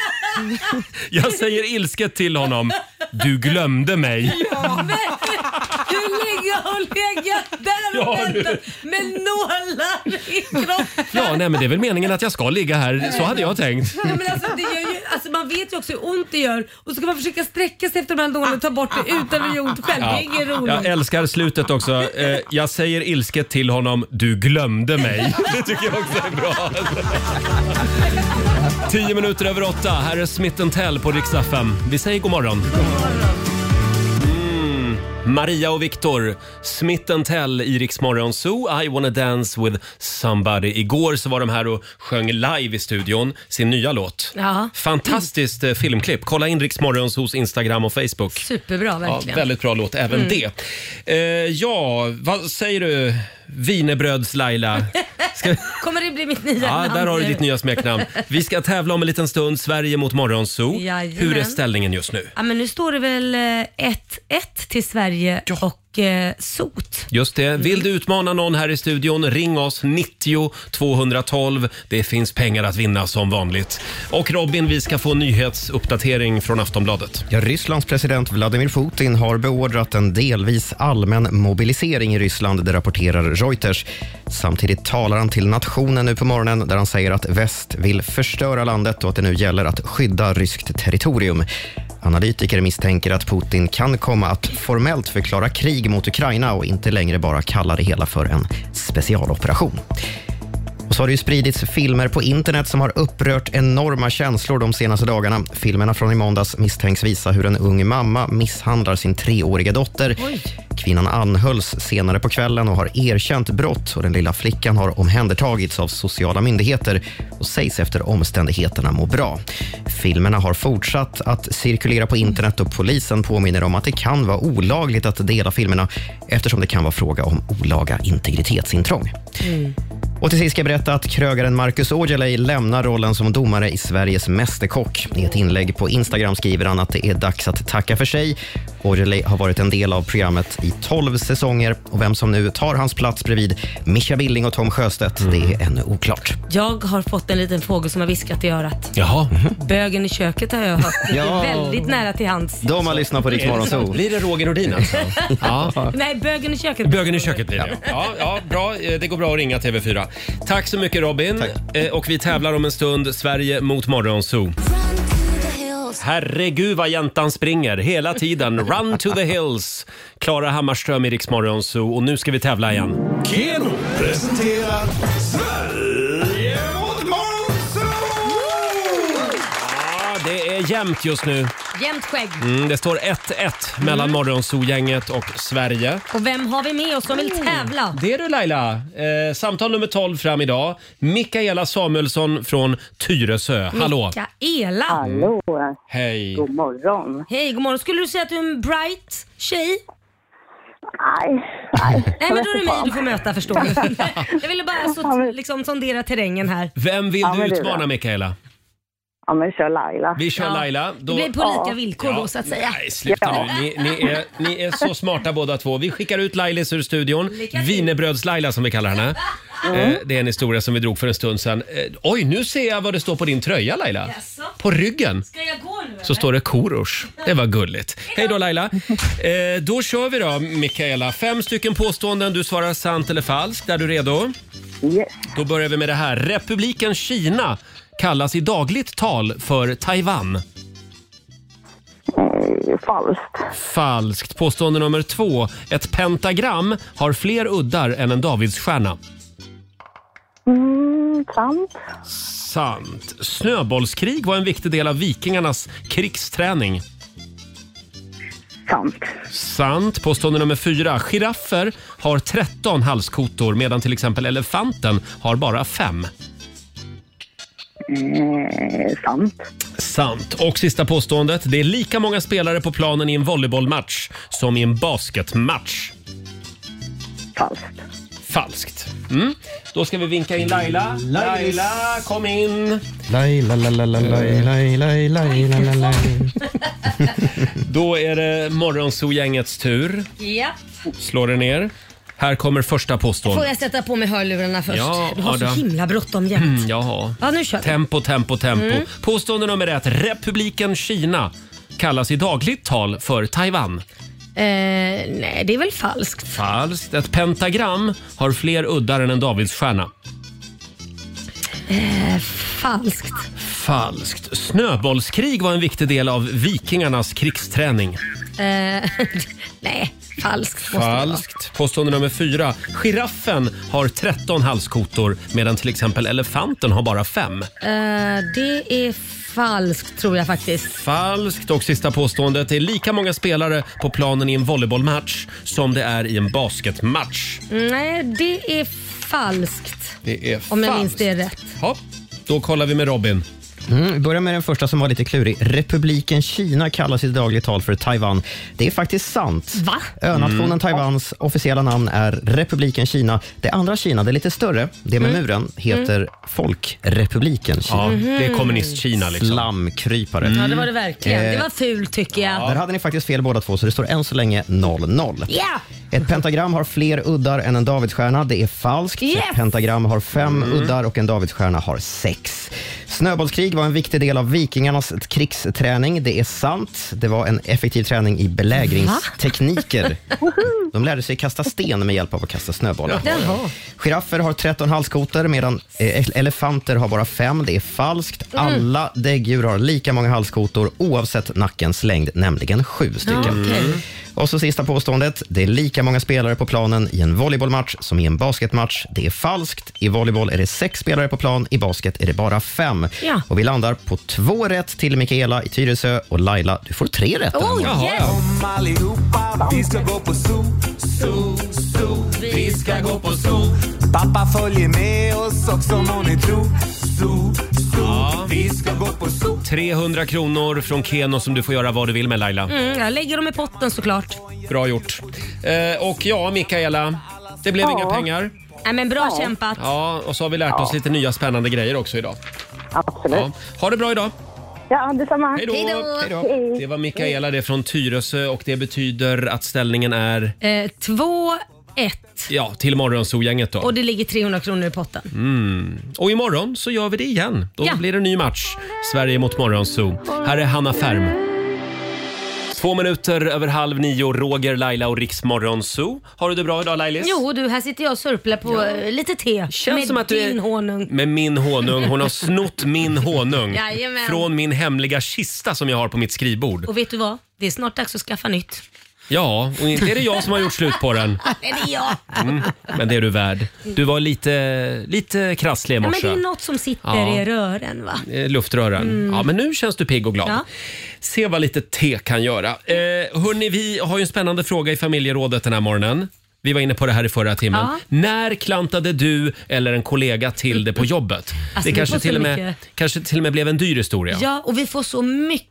A: Jag säger ilsket till honom. Du glömde mig.
C: Men, du ligger och legat där och
A: Ja, du.
C: väntat med nålar i kroppen.
A: Ja, nej men det är väl meningen att jag ska ligga här. Så hade jag tänkt.
C: Nej, men alltså, det gör ju, alltså, man vet ju också hur ont det gör och så ska man försöka sträcka sig efter de här nålarna och ta bort det utan att göra ont själv. Det är inget roligt.
A: Jag älskar slutet också. Eh, Jag säger ilsket till honom. Du glömde mig. Det tycker jag också är bra. Tio minuter över åtta. Här är Smith Tell på Rix FM. Vi säger god morgon. Mm. Maria och Viktor, Smith Tell i Rix Morgon Zoo, I wanna dance with somebody. Igår så var de här och sjöng live i studion sin nya låt.
C: Ja.
A: Fantastiskt eh, filmklipp. Kolla in Rix Morgon Zoos Instagram och Facebook.
C: Superbra verkligen.
A: Ja, väldigt bra låt även
C: Mm.
A: det. Eh, ja, vad säger du Wienerbröds-Laila? Ska-
C: Kommer det bli mitt nya
A: Ja,
C: namn
A: där har du
C: nu?
A: ditt nya smeknamn. Vi ska tävla om en liten stund, Sverige mot Morgonzoo.
C: Jajamän.
A: Hur är ställningen just nu?
C: Ja, men nu står det väl eh, 1-1 till Sverige och eh, sot.
A: Just det. Vill du utmana någon här i studion, ring oss 90 212. Det finns pengar att vinna som vanligt. Och Robin, vi ska få en nyhetsuppdatering från Aftonbladet.
F: Ja, Rysslands president Vladimir Putin har beordrat en delvis allmän mobilisering i Ryssland, det rapporterar Reuters. Samtidigt talar han till nationen nu på morgonen där han säger att väst vill förstöra landet och att det nu gäller att skydda ryskt territorium. Analytiker misstänker att Putin kan komma att formellt förklara krig mot Ukraina och inte längre bara kalla det hela för en specialoperation. Och så har det ju spridits filmer på internet som har upprört enorma känslor de senaste dagarna. Filmerna från i måndags misstänks visa hur en ung mamma misshandlar sin treåriga dotter. Kvinnan anhölls senare på kvällen och har erkänt brott och den lilla flickan har omhändertagits av sociala myndigheter och sägs efter omständigheterna må bra. Filmerna har fortsatt att cirkulera på internet och polisen påminner om att det kan vara olagligt att dela filmerna eftersom det kan vara fråga om olaga integritetsintrång. Och till sist ska jag berätta att krögaren Marcus Aujalay lämnar rollen som domare i Sveriges Mästerkock. I ett inlägg på Instagram skriver han att det är dags att tacka för sig. Aujalay har varit en del av programmet i 12 säsonger och vem som nu tar hans plats bredvid Mischa Billing och Tom Sjöstedt, det är ännu oklart.
C: Jag har fått en liten fågel som har viskat i örat.
A: Jaha.
C: Bögen i köket har jag hört. Det är
F: Ja.
C: väldigt nära till hans.
F: De har lyssnat på Rix Morgonzoo.
A: Blir det Roger Nordin alltså? ja.
C: Nej, bögen i köket.
A: Bögen i köket blir det. Ja, ja, bra. Eh, Det går bra att ringa TV4. Tack så mycket Robin. Eh, Och vi tävlar om en stund. Sverige mot Morgonzoo. Herregud vad jäntan springer hela tiden. Run to the hills. Klara Hammarström i Rix Morgonzoo. Och nu ska vi tävla igen.
N: Keno presenterar Sverige mot
A: Ja, det är jämnt just nu.
C: Jämnt skägg.
A: Mm, det står 1-1 mellan Morgonzoo-gänget och Sverige.
C: Och vem har vi med oss som vill tävla?
A: Det är du Laila. Eh, samtal nummer 12 fram idag. Mikaela Samuelsson från Tyresö. Hallå!
C: Mikaela.
A: Hallå. Hej!
C: God morgon. Hej, god morgon. Skulle du säga att du är en bright tjej?
G: Nej.
C: Nej, men då är det mig du får möta förstår du. Jag ville bara så, liksom, sondera terrängen här.
A: Vem vill
C: Ja,
A: du
C: men det är
A: utmana
C: bra.
A: Mikaela?
G: Ja, men kör Laila.
A: Vi kör
C: Ja.
A: Laila.
C: Det blir på lika villkor då så att säga.
A: Nej, sluta nu. Ni, ni, är, ni är så smarta båda två. Vi skickar ut Lailis ur studion. Wienerbröds-Laila som vi kallar henne.
C: Mm.
A: Eh, Det är en historia som vi drog för en stund sedan. Eh, Oj, nu ser jag vad det står på din tröja Laila. På ryggen.
C: Ska jag gå nu?
A: så står det Korosh. Det var gulligt. Hej då Laila. Eh, då kör vi då Mikaela. Fem stycken påståenden. Du svarar sant eller falskt. Är du redo?
G: Yes.
A: Då börjar vi med det här. Republiken Kina kallas i dagligt tal för Taiwan.
G: Eh,
A: falskt. Falskt. Påstående nummer två. Ett pentagram har fler uddar än en davidsstjärna.
G: Mm, sant.
A: Sant. Snöbollskrig var en viktig del av vikingarnas krigsträning.
G: Sant.
A: Sant. Påstående nummer fyra. Giraffer har 13 halskotor medan till exempel elefanten har bara fem.
G: Eh, sant.
A: Sant. Och sista påståendet. Det är lika många spelare på planen i en volleybollmatch som i en basketmatch. Falskt. Falskt. Mm. Då ska vi vinka in Laila.
F: Lailis.
A: Laila, kom in.
F: Laila, laila, laila, laila, laila, laila.
A: Då är det Morgonzoo-gängets tur.
C: Ja.
A: Slår det ner. Här kommer första
C: Får
A: påståendet.
C: jag sätta på mig hörlurarna först?
A: Ja,
C: du har
A: ja, då.
C: så himla bråttom jämt.
A: Mm, jaha.
C: Ja, nu kör vi.
A: Tempo, tempo, tempo.
C: Mm.
A: Påstående nummer ett. Republiken Kina kallas i dagligt tal för Taiwan.
C: Eh, nej, det är väl falskt.
A: Falskt. Ett pentagram har fler uddar än en davidsstjärna.
C: Eh, falskt.
A: Falskt. Snöbollskrig var en viktig del av vikingarnas krigsträning.
C: Eh, nej, falskt måste det vara.
A: Falskt. Påstående nummer fyra. Giraffen har 13 halskotor medan till exempel elefanten har bara fem.
C: Eh, det är falskt tror jag faktiskt.
A: Falskt. Och sista påståendet. Det är lika många spelare på planen i en volleybollmatch som det är i en basketmatch.
C: Nej, det är falskt.
A: Det är
C: Om jag
A: falskt.
C: minns det rätt.
A: Ja, då kollar vi med Robin.
F: Mm, vi börjar med den första som var lite klurig. Republiken Kina kallas i dagligt tal för Taiwan. Det är faktiskt sant.
C: Va?
F: Önationen
C: Mm.
F: Taiwans officiella namn är Republiken Kina. Det andra Kina, det är lite större, det med
A: Mm.
F: muren, heter
A: Mm.
F: Folkrepubliken Kina.
A: Ja, det är kommunist-Kina liksom.
C: Mm-hmm.
A: Mm.
F: Slamkrypare.
C: Ja, det var det verkligen.
F: Eh,
C: Det var fult tycker jag.
F: Där hade ni faktiskt fel båda två, så det står än så länge 0-0.
C: Ja!
F: Ett pentagram har fler uddar än en davidsstjärna. Det är falskt.
C: Yes!
F: Ett pentagram har fem
C: Mm.
F: uddar och en davidsstjärna har sex. Snöbollskrig var en viktig del av vikingarnas krigsträning. Det är sant. Det var en effektiv träning i belägringstekniker. De lärde sig kasta sten med hjälp av att kasta snöbollar.
C: Jaha.
F: Giraffer har 13 halskotor medan eh, elefanter har bara fem. Det är falskt.
C: Mm.
F: Alla däggdjur har lika många halskotor oavsett nackens längd, nämligen sju stycken.
C: Ja, okej. Mm.
F: Och så sista påståendet. Det är lika många spelare på planen i en volleybollmatch som i en basketmatch. Det är falskt. I volleyboll är det sex spelare på plan, i basket är det bara fem.
K: Ja.
F: Och vi landar på två rätt till Mikaela i Tyresö och Laila, du får tre rätt.
C: Oh,
F: den här morgonen.
K: Kom allihopa, vi ska gå på zoo, zoo, zoo. Vi ska gå på zoo. Pappa följer med oss också må ni tro. Zoo, zoo. Vi ska gå på zoo.
A: 300 kronor från Keno som du får göra vad du vill med Laila.
C: Mm, jag lägger dem i potten såklart.
A: Bra gjort. Eh, och ja, Mikaela. Det blev
C: Ja.
A: inga pengar.
C: Nej, men bra kämpat.
A: Ja, och så har vi lärt oss lite nya spännande grejer också idag. Absolut. Ha det bra idag.
G: Ja, detsamma.
A: Hej då. Hej då. Det var Mikaela det är från Tyresö och det betyder att ställningen är
C: Eh, 2-1
A: ja, till morgonzoo-gänget då.
C: och det ligger 300 kronor i potten.
A: Mm. Och imorgon så gör vi det igen. Då
C: Ja.
A: blir det en ny match. Sverige mot Morgonzoo. Här är Hanna Färm. Två minuter över halv nio, Roger, Laila och Riks Morgonzoo. Har du det bra idag Lailis?
C: Jo du, här sitter jag och surplar på eh, lite te Känns med
A: som att du är-
C: din honung.
A: Med min honung. Hon har snott min honung.
C: Jajamän.
A: Från min hemliga kista som jag har på mitt skrivbord.
C: Och vet du vad? Det är snart dags att skaffa nytt.
A: Ja, och inte är det jag som har gjort slut på den.
C: Nej, det är jag.
A: Mm, men det är du värd. Du var lite, lite krasslig i
C: Ja, men
A: morse.
C: det är något som sitter
A: Ja.
C: i rören va?
A: Eh, luftrören.
C: Mm.
A: Ja, men nu känns du pigg och glad.
C: Ja.
A: Se vad lite te kan göra. Eh, hörni, vi har ju en spännande fråga i familjerådet den här morgonen. Vi var inne på det här i förra timmen.
C: Ja.
A: När klantade du eller en kollega till det på jobbet?
C: Alltså,
A: det
C: vi
A: kanske
C: får så
A: till, och med,
C: mycket.
A: kanske till och med blev en dyr historia.
C: Ja. och vi får så mycket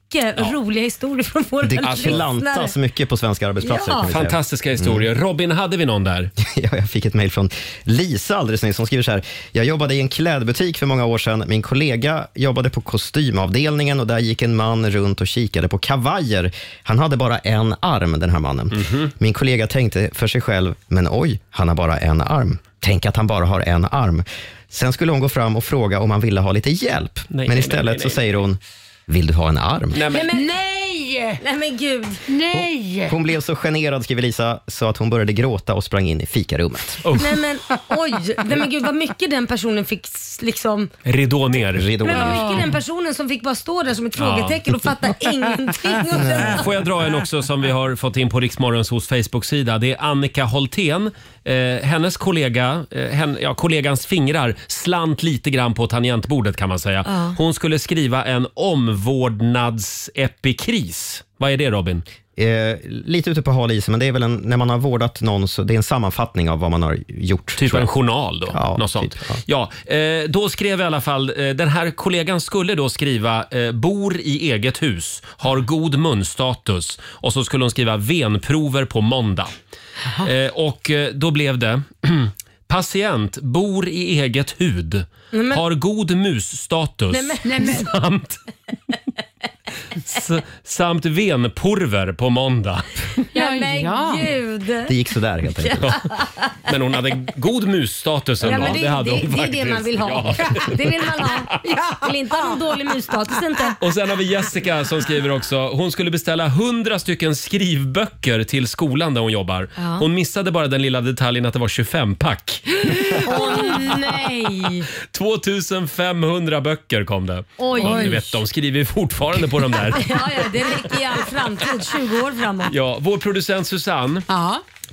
C: roliga historier från våra
F: Det alltså
C: lyssnare.
F: klantas mycket på svenska arbetsplatser.
C: Ja.
F: kan vi säga.
A: Fantastiska historier. Robin, hade vi någon där?
F: ja, jag fick ett mejl från Lisa alldeles nyss. Hon skriver så här. Jag jobbade i en klädbutik för många år sedan. Min kollega jobbade på kostymavdelningen och där gick en man runt och kikade på kavajer. Han hade bara en arm, den här mannen.
A: Mhm.
F: Min kollega tänkte för sig själv, men oj, han har bara en arm. Tänk att han bara har en arm. Sen skulle hon gå fram och fråga om han ville ha lite hjälp.
A: Nej,
F: men
A: nej,
F: istället
A: nej, nej,
F: så säger hon, vill du ha en arm?
C: Nej
A: Nej men,
C: men nej! Nej men gud. Nej!
F: Hon blev så generad, skriver Lisa, så att hon började gråta och sprang in i fikarummet.
C: Nej men oj, nej men gud vad mycket den personen fick s- liksom.
A: Ridå ner. Ridå
C: Men vad mycket den personen som fick bara stå där som ett
A: Ja.
C: frågetecken och fatta ingenting. Och sen,
A: Får jag dra en också som vi har fått in på Riksmorgons hos Facebook-sida. Det är Annika Holtén. Eh, hennes kollega, eh, hen, ja, kollegans fingrar slant lite grann på tangentbordet kan man säga.
K: Ja.
A: Hon skulle skriva en omvårdnadsepikris. Vad är det Robin?
F: Eh, lite ute på hal is, men det är väl en, när man har vårdat någon, så det är en sammanfattning av vad man har gjort.
A: Typ
F: tror jag.
A: en journal då?
F: Ja,
A: något sånt. Ja, eh, då skrev i alla fall, eh, den här kollegan skulle då skriva eh, “bor i eget hus, har god munstatus” och så skulle hon skriva “venprover på måndag”. Eh, och eh, då blev det “patient, bor i eget hud,
K: Nej, men-
A: har god musstatus
K: Nej, men- nej, men-
A: samt, s- samt venporver på måndag”.
C: Ja, men
J: ja.
C: gud.
F: Det gick sådär helt enkelt.
A: Men hon hade god musstatus ändå.
C: Ja, men
A: det,
C: det,
A: hade
C: det,
A: hon
C: det är
A: faktiskt.
C: det man vill ha.
A: Ja.
C: Det vill man ha. Vill inte ha någon dålig mysstatus inte.
A: Och sen har vi Jessica som skriver också. Hon skulle beställa 100 stycken skrivböcker till skolan där hon jobbar.
C: Ja.
A: Hon missade bara den lilla detaljen att det var 25-pack.
C: Åh nej!
A: 2500 böcker kom det.
C: Oj.
A: Ja, du vet, de skriver fortfarande på de där.
C: Ja, ja, det räcker i all framtid, 20 år framåt.
A: Ja, vår producent Susanne.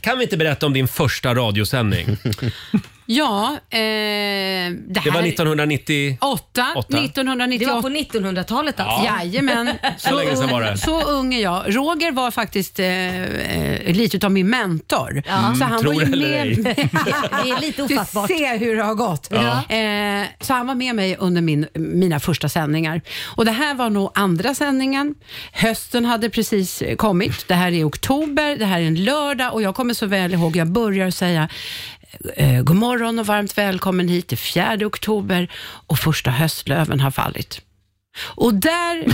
A: Kan vi inte berätta om din första radiosändning?
E: Ja, eh, det, här...
A: Det var 1990...
E: 8,
A: Åtta.
E: 1998.
C: Det var på 1900-talet
A: alltså. Ja.
E: Jajamän.
A: Så länge sedan var det.
E: så ung är jag. Roger var faktiskt eh, eh, lite av min mentor.
C: Mm,
E: Så han
C: tror
E: var ju
C: eller
E: med...
C: ej. Det är lite ofattbart.
E: Du ser hur det har gått.
C: Ja.
E: Eh, så han var med mig under min, mina första sändningar. Och det här var nog andra sändningen. Hösten hade precis eh, kommit. Det här är i oktober, det här är en lördag och jag kommer så väl ihåg, jag börjar säga Eh, god morgon och varmt välkommen hit till 4 oktober och första höstlöven har fallit. Och där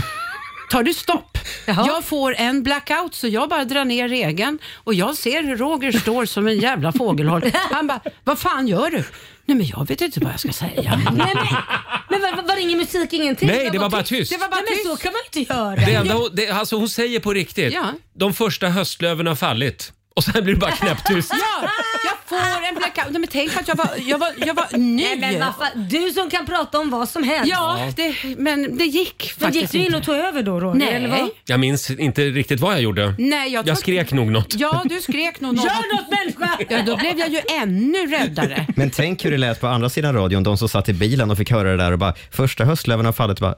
E: tar du stopp. Jag får en blackout så jag bara drar ner regeln och jag ser hur Roger står som en jävla fågelholk. Han bara, vad fan gör du? Nej men jag vet inte vad jag ska säga.
C: Men var, var, var det ingen musik, ingenting?
A: Nej, det var bara tyst.
C: Det var bara tyst. Nej, men så kan man ju inte göra.
A: Det enda hon, det, alltså hon säger på riktigt,
E: Ja.
A: de första höstlöven har fallit. Och sen blir det bara knäpptyst.
E: Ja, jag får en blackout. Nej, men tänk att jag var, jag var, jag var ny.
C: Nej, men vad fan, du som kan prata om vad som helst.
E: Ja, det, men det gick faktiskt
C: Men gick du in och tog över då Roger?
E: Nej.
C: Eller vad?
A: Jag minns inte riktigt vad jag gjorde.
E: Nej, jag tror-
A: skrek nog något.
E: Ja, du skrek nog något.
C: Gör något människa!
E: Ja, då blev jag ju ännu räddare.
F: Men tänk hur det lät på andra sidan radion, de som satt i bilen och fick höra det där och bara, första höstlöven har fallit. Bara,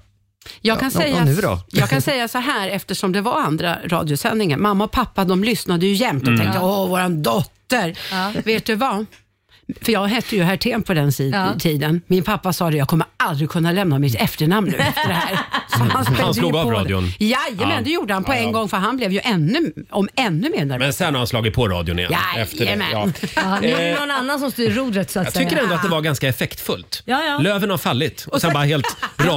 E: Jag kan,
F: Ja,
E: säga,
F: och nu då?
E: jag kan säga så här, eftersom det var andra radiosändningar. Mamma och pappa de lyssnade ju jämt och
F: Mm.
E: tänkte,
F: Ja.
E: åh, våran dotter. Vet du vad? För jag hette ju Hertén på den si-
F: Ja.
E: tiden. Min pappa sa det, jag kommer aldrig kunna lämna mitt efternamn nu efter det här. Så han spädde ju
A: slog av
E: på det.
A: radion.
E: Jajamän,
A: Ja.
E: det gjorde han på
A: Ja, ja.
E: en gång, för han blev ju ännu, om ännu mer nervös.
A: Men sen har han slagit på radion igen.
E: Jajamän.
A: Efter det. Ja.
C: Ja, nu är det
A: Eh,
C: någon annan som styr rodret så att
A: Jag
C: säga.
A: tycker ändå att det var ganska effektfullt.
C: Ja, ja.
A: Löven har fallit och sen bara helt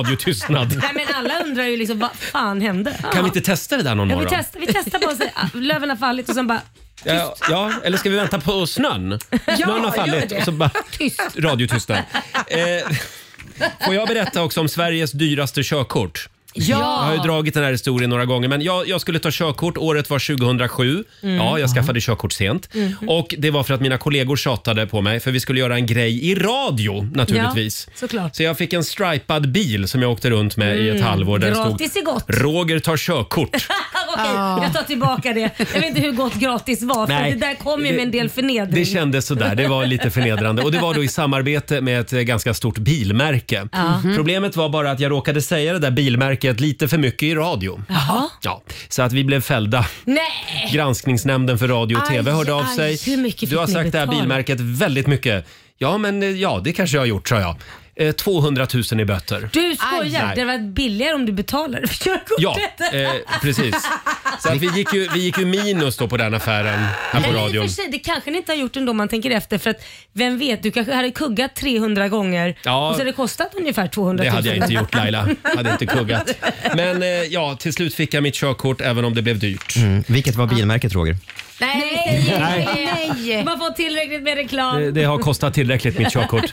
A: radiotystnad.
C: Nej, men alla undrar ju liksom vad fan hände?
A: Kan vi inte testa det där någon
C: ja, vi,
A: morgon?
C: testar, vi testar bara och säger ah, löven har fallit och sen bara
A: Ja, ja, eller ska vi vänta på snön? Snön har
C: gör
A: fallit
C: det.
A: och så bara
C: tyst.
A: radiotystnad. Eh, får jag berätta också om Sveriges dyraste körkort?
E: Ja.
A: Jag har ju dragit den här historien några gånger men jag, jag skulle ta körkort, året var 2007.
O: Mm.
A: Ja, jag skaffade körkort sent.
O: Mm.
A: Och det var för att mina kollegor tjatade på mig för vi skulle göra en grej i radio naturligtvis.
C: Ja, såklart.
A: Så jag fick en stripad bil som jag åkte runt med i ett
C: Mm.
A: halvår. Där det
C: Gratis är gott.
A: Roger tar körkort.
C: Okej, jag tar tillbaka det. Jag vet inte hur gott gratis var för
A: Nej,
C: det där kom ju
A: det-
C: med en del förnedring.
A: Det kändes sådär. Det var lite förnedrande. Och det var då i samarbete med ett eh, ganska stort bilmärke.
C: Ja. Mhm.
A: Problemet var bara att jag råkade säga det där bilmärket lite för mycket i radio.
C: Jaha.
A: Ja, så att vi blev fällda.
C: Nej!
A: Granskningsnämnden för radio och
C: Aj,
A: TV hörde av
C: aj,
A: sig.
C: hur mycket fick
A: du har
C: ni
A: sagt det här
C: betala?
A: bilmärket väldigt mycket. Ja, men eh, ja, det kanske jag har gjort, sa jag. Eh, 200 000 i böter.
C: Du skojar,
A: Nej.
C: det hade varit billigare om du betalade för körkortet.
A: Ja, eh, precis. Så att vi, gick ju, vi gick ju minus då på den affären här på
C: Eller i och
A: radion.
C: för sig, det kanske ni inte har gjort ändå om man tänker efter för att vem vet, du kanske hade kuggat 300 gånger
A: Ja.
C: och så hade det kostat ungefär 200
A: Det
C: 000.
A: hade jag inte gjort Laila. Hade inte kuggat. Men eh, ja, till slut fick jag mitt körkort även om det blev dyrt.
F: mm, vilket var bilmärket Roger?
C: Nej,
A: Nej.
C: nej, nej. Man får tillräckligt med reklam.
A: Det, det har kostat tillräckligt mitt körkort.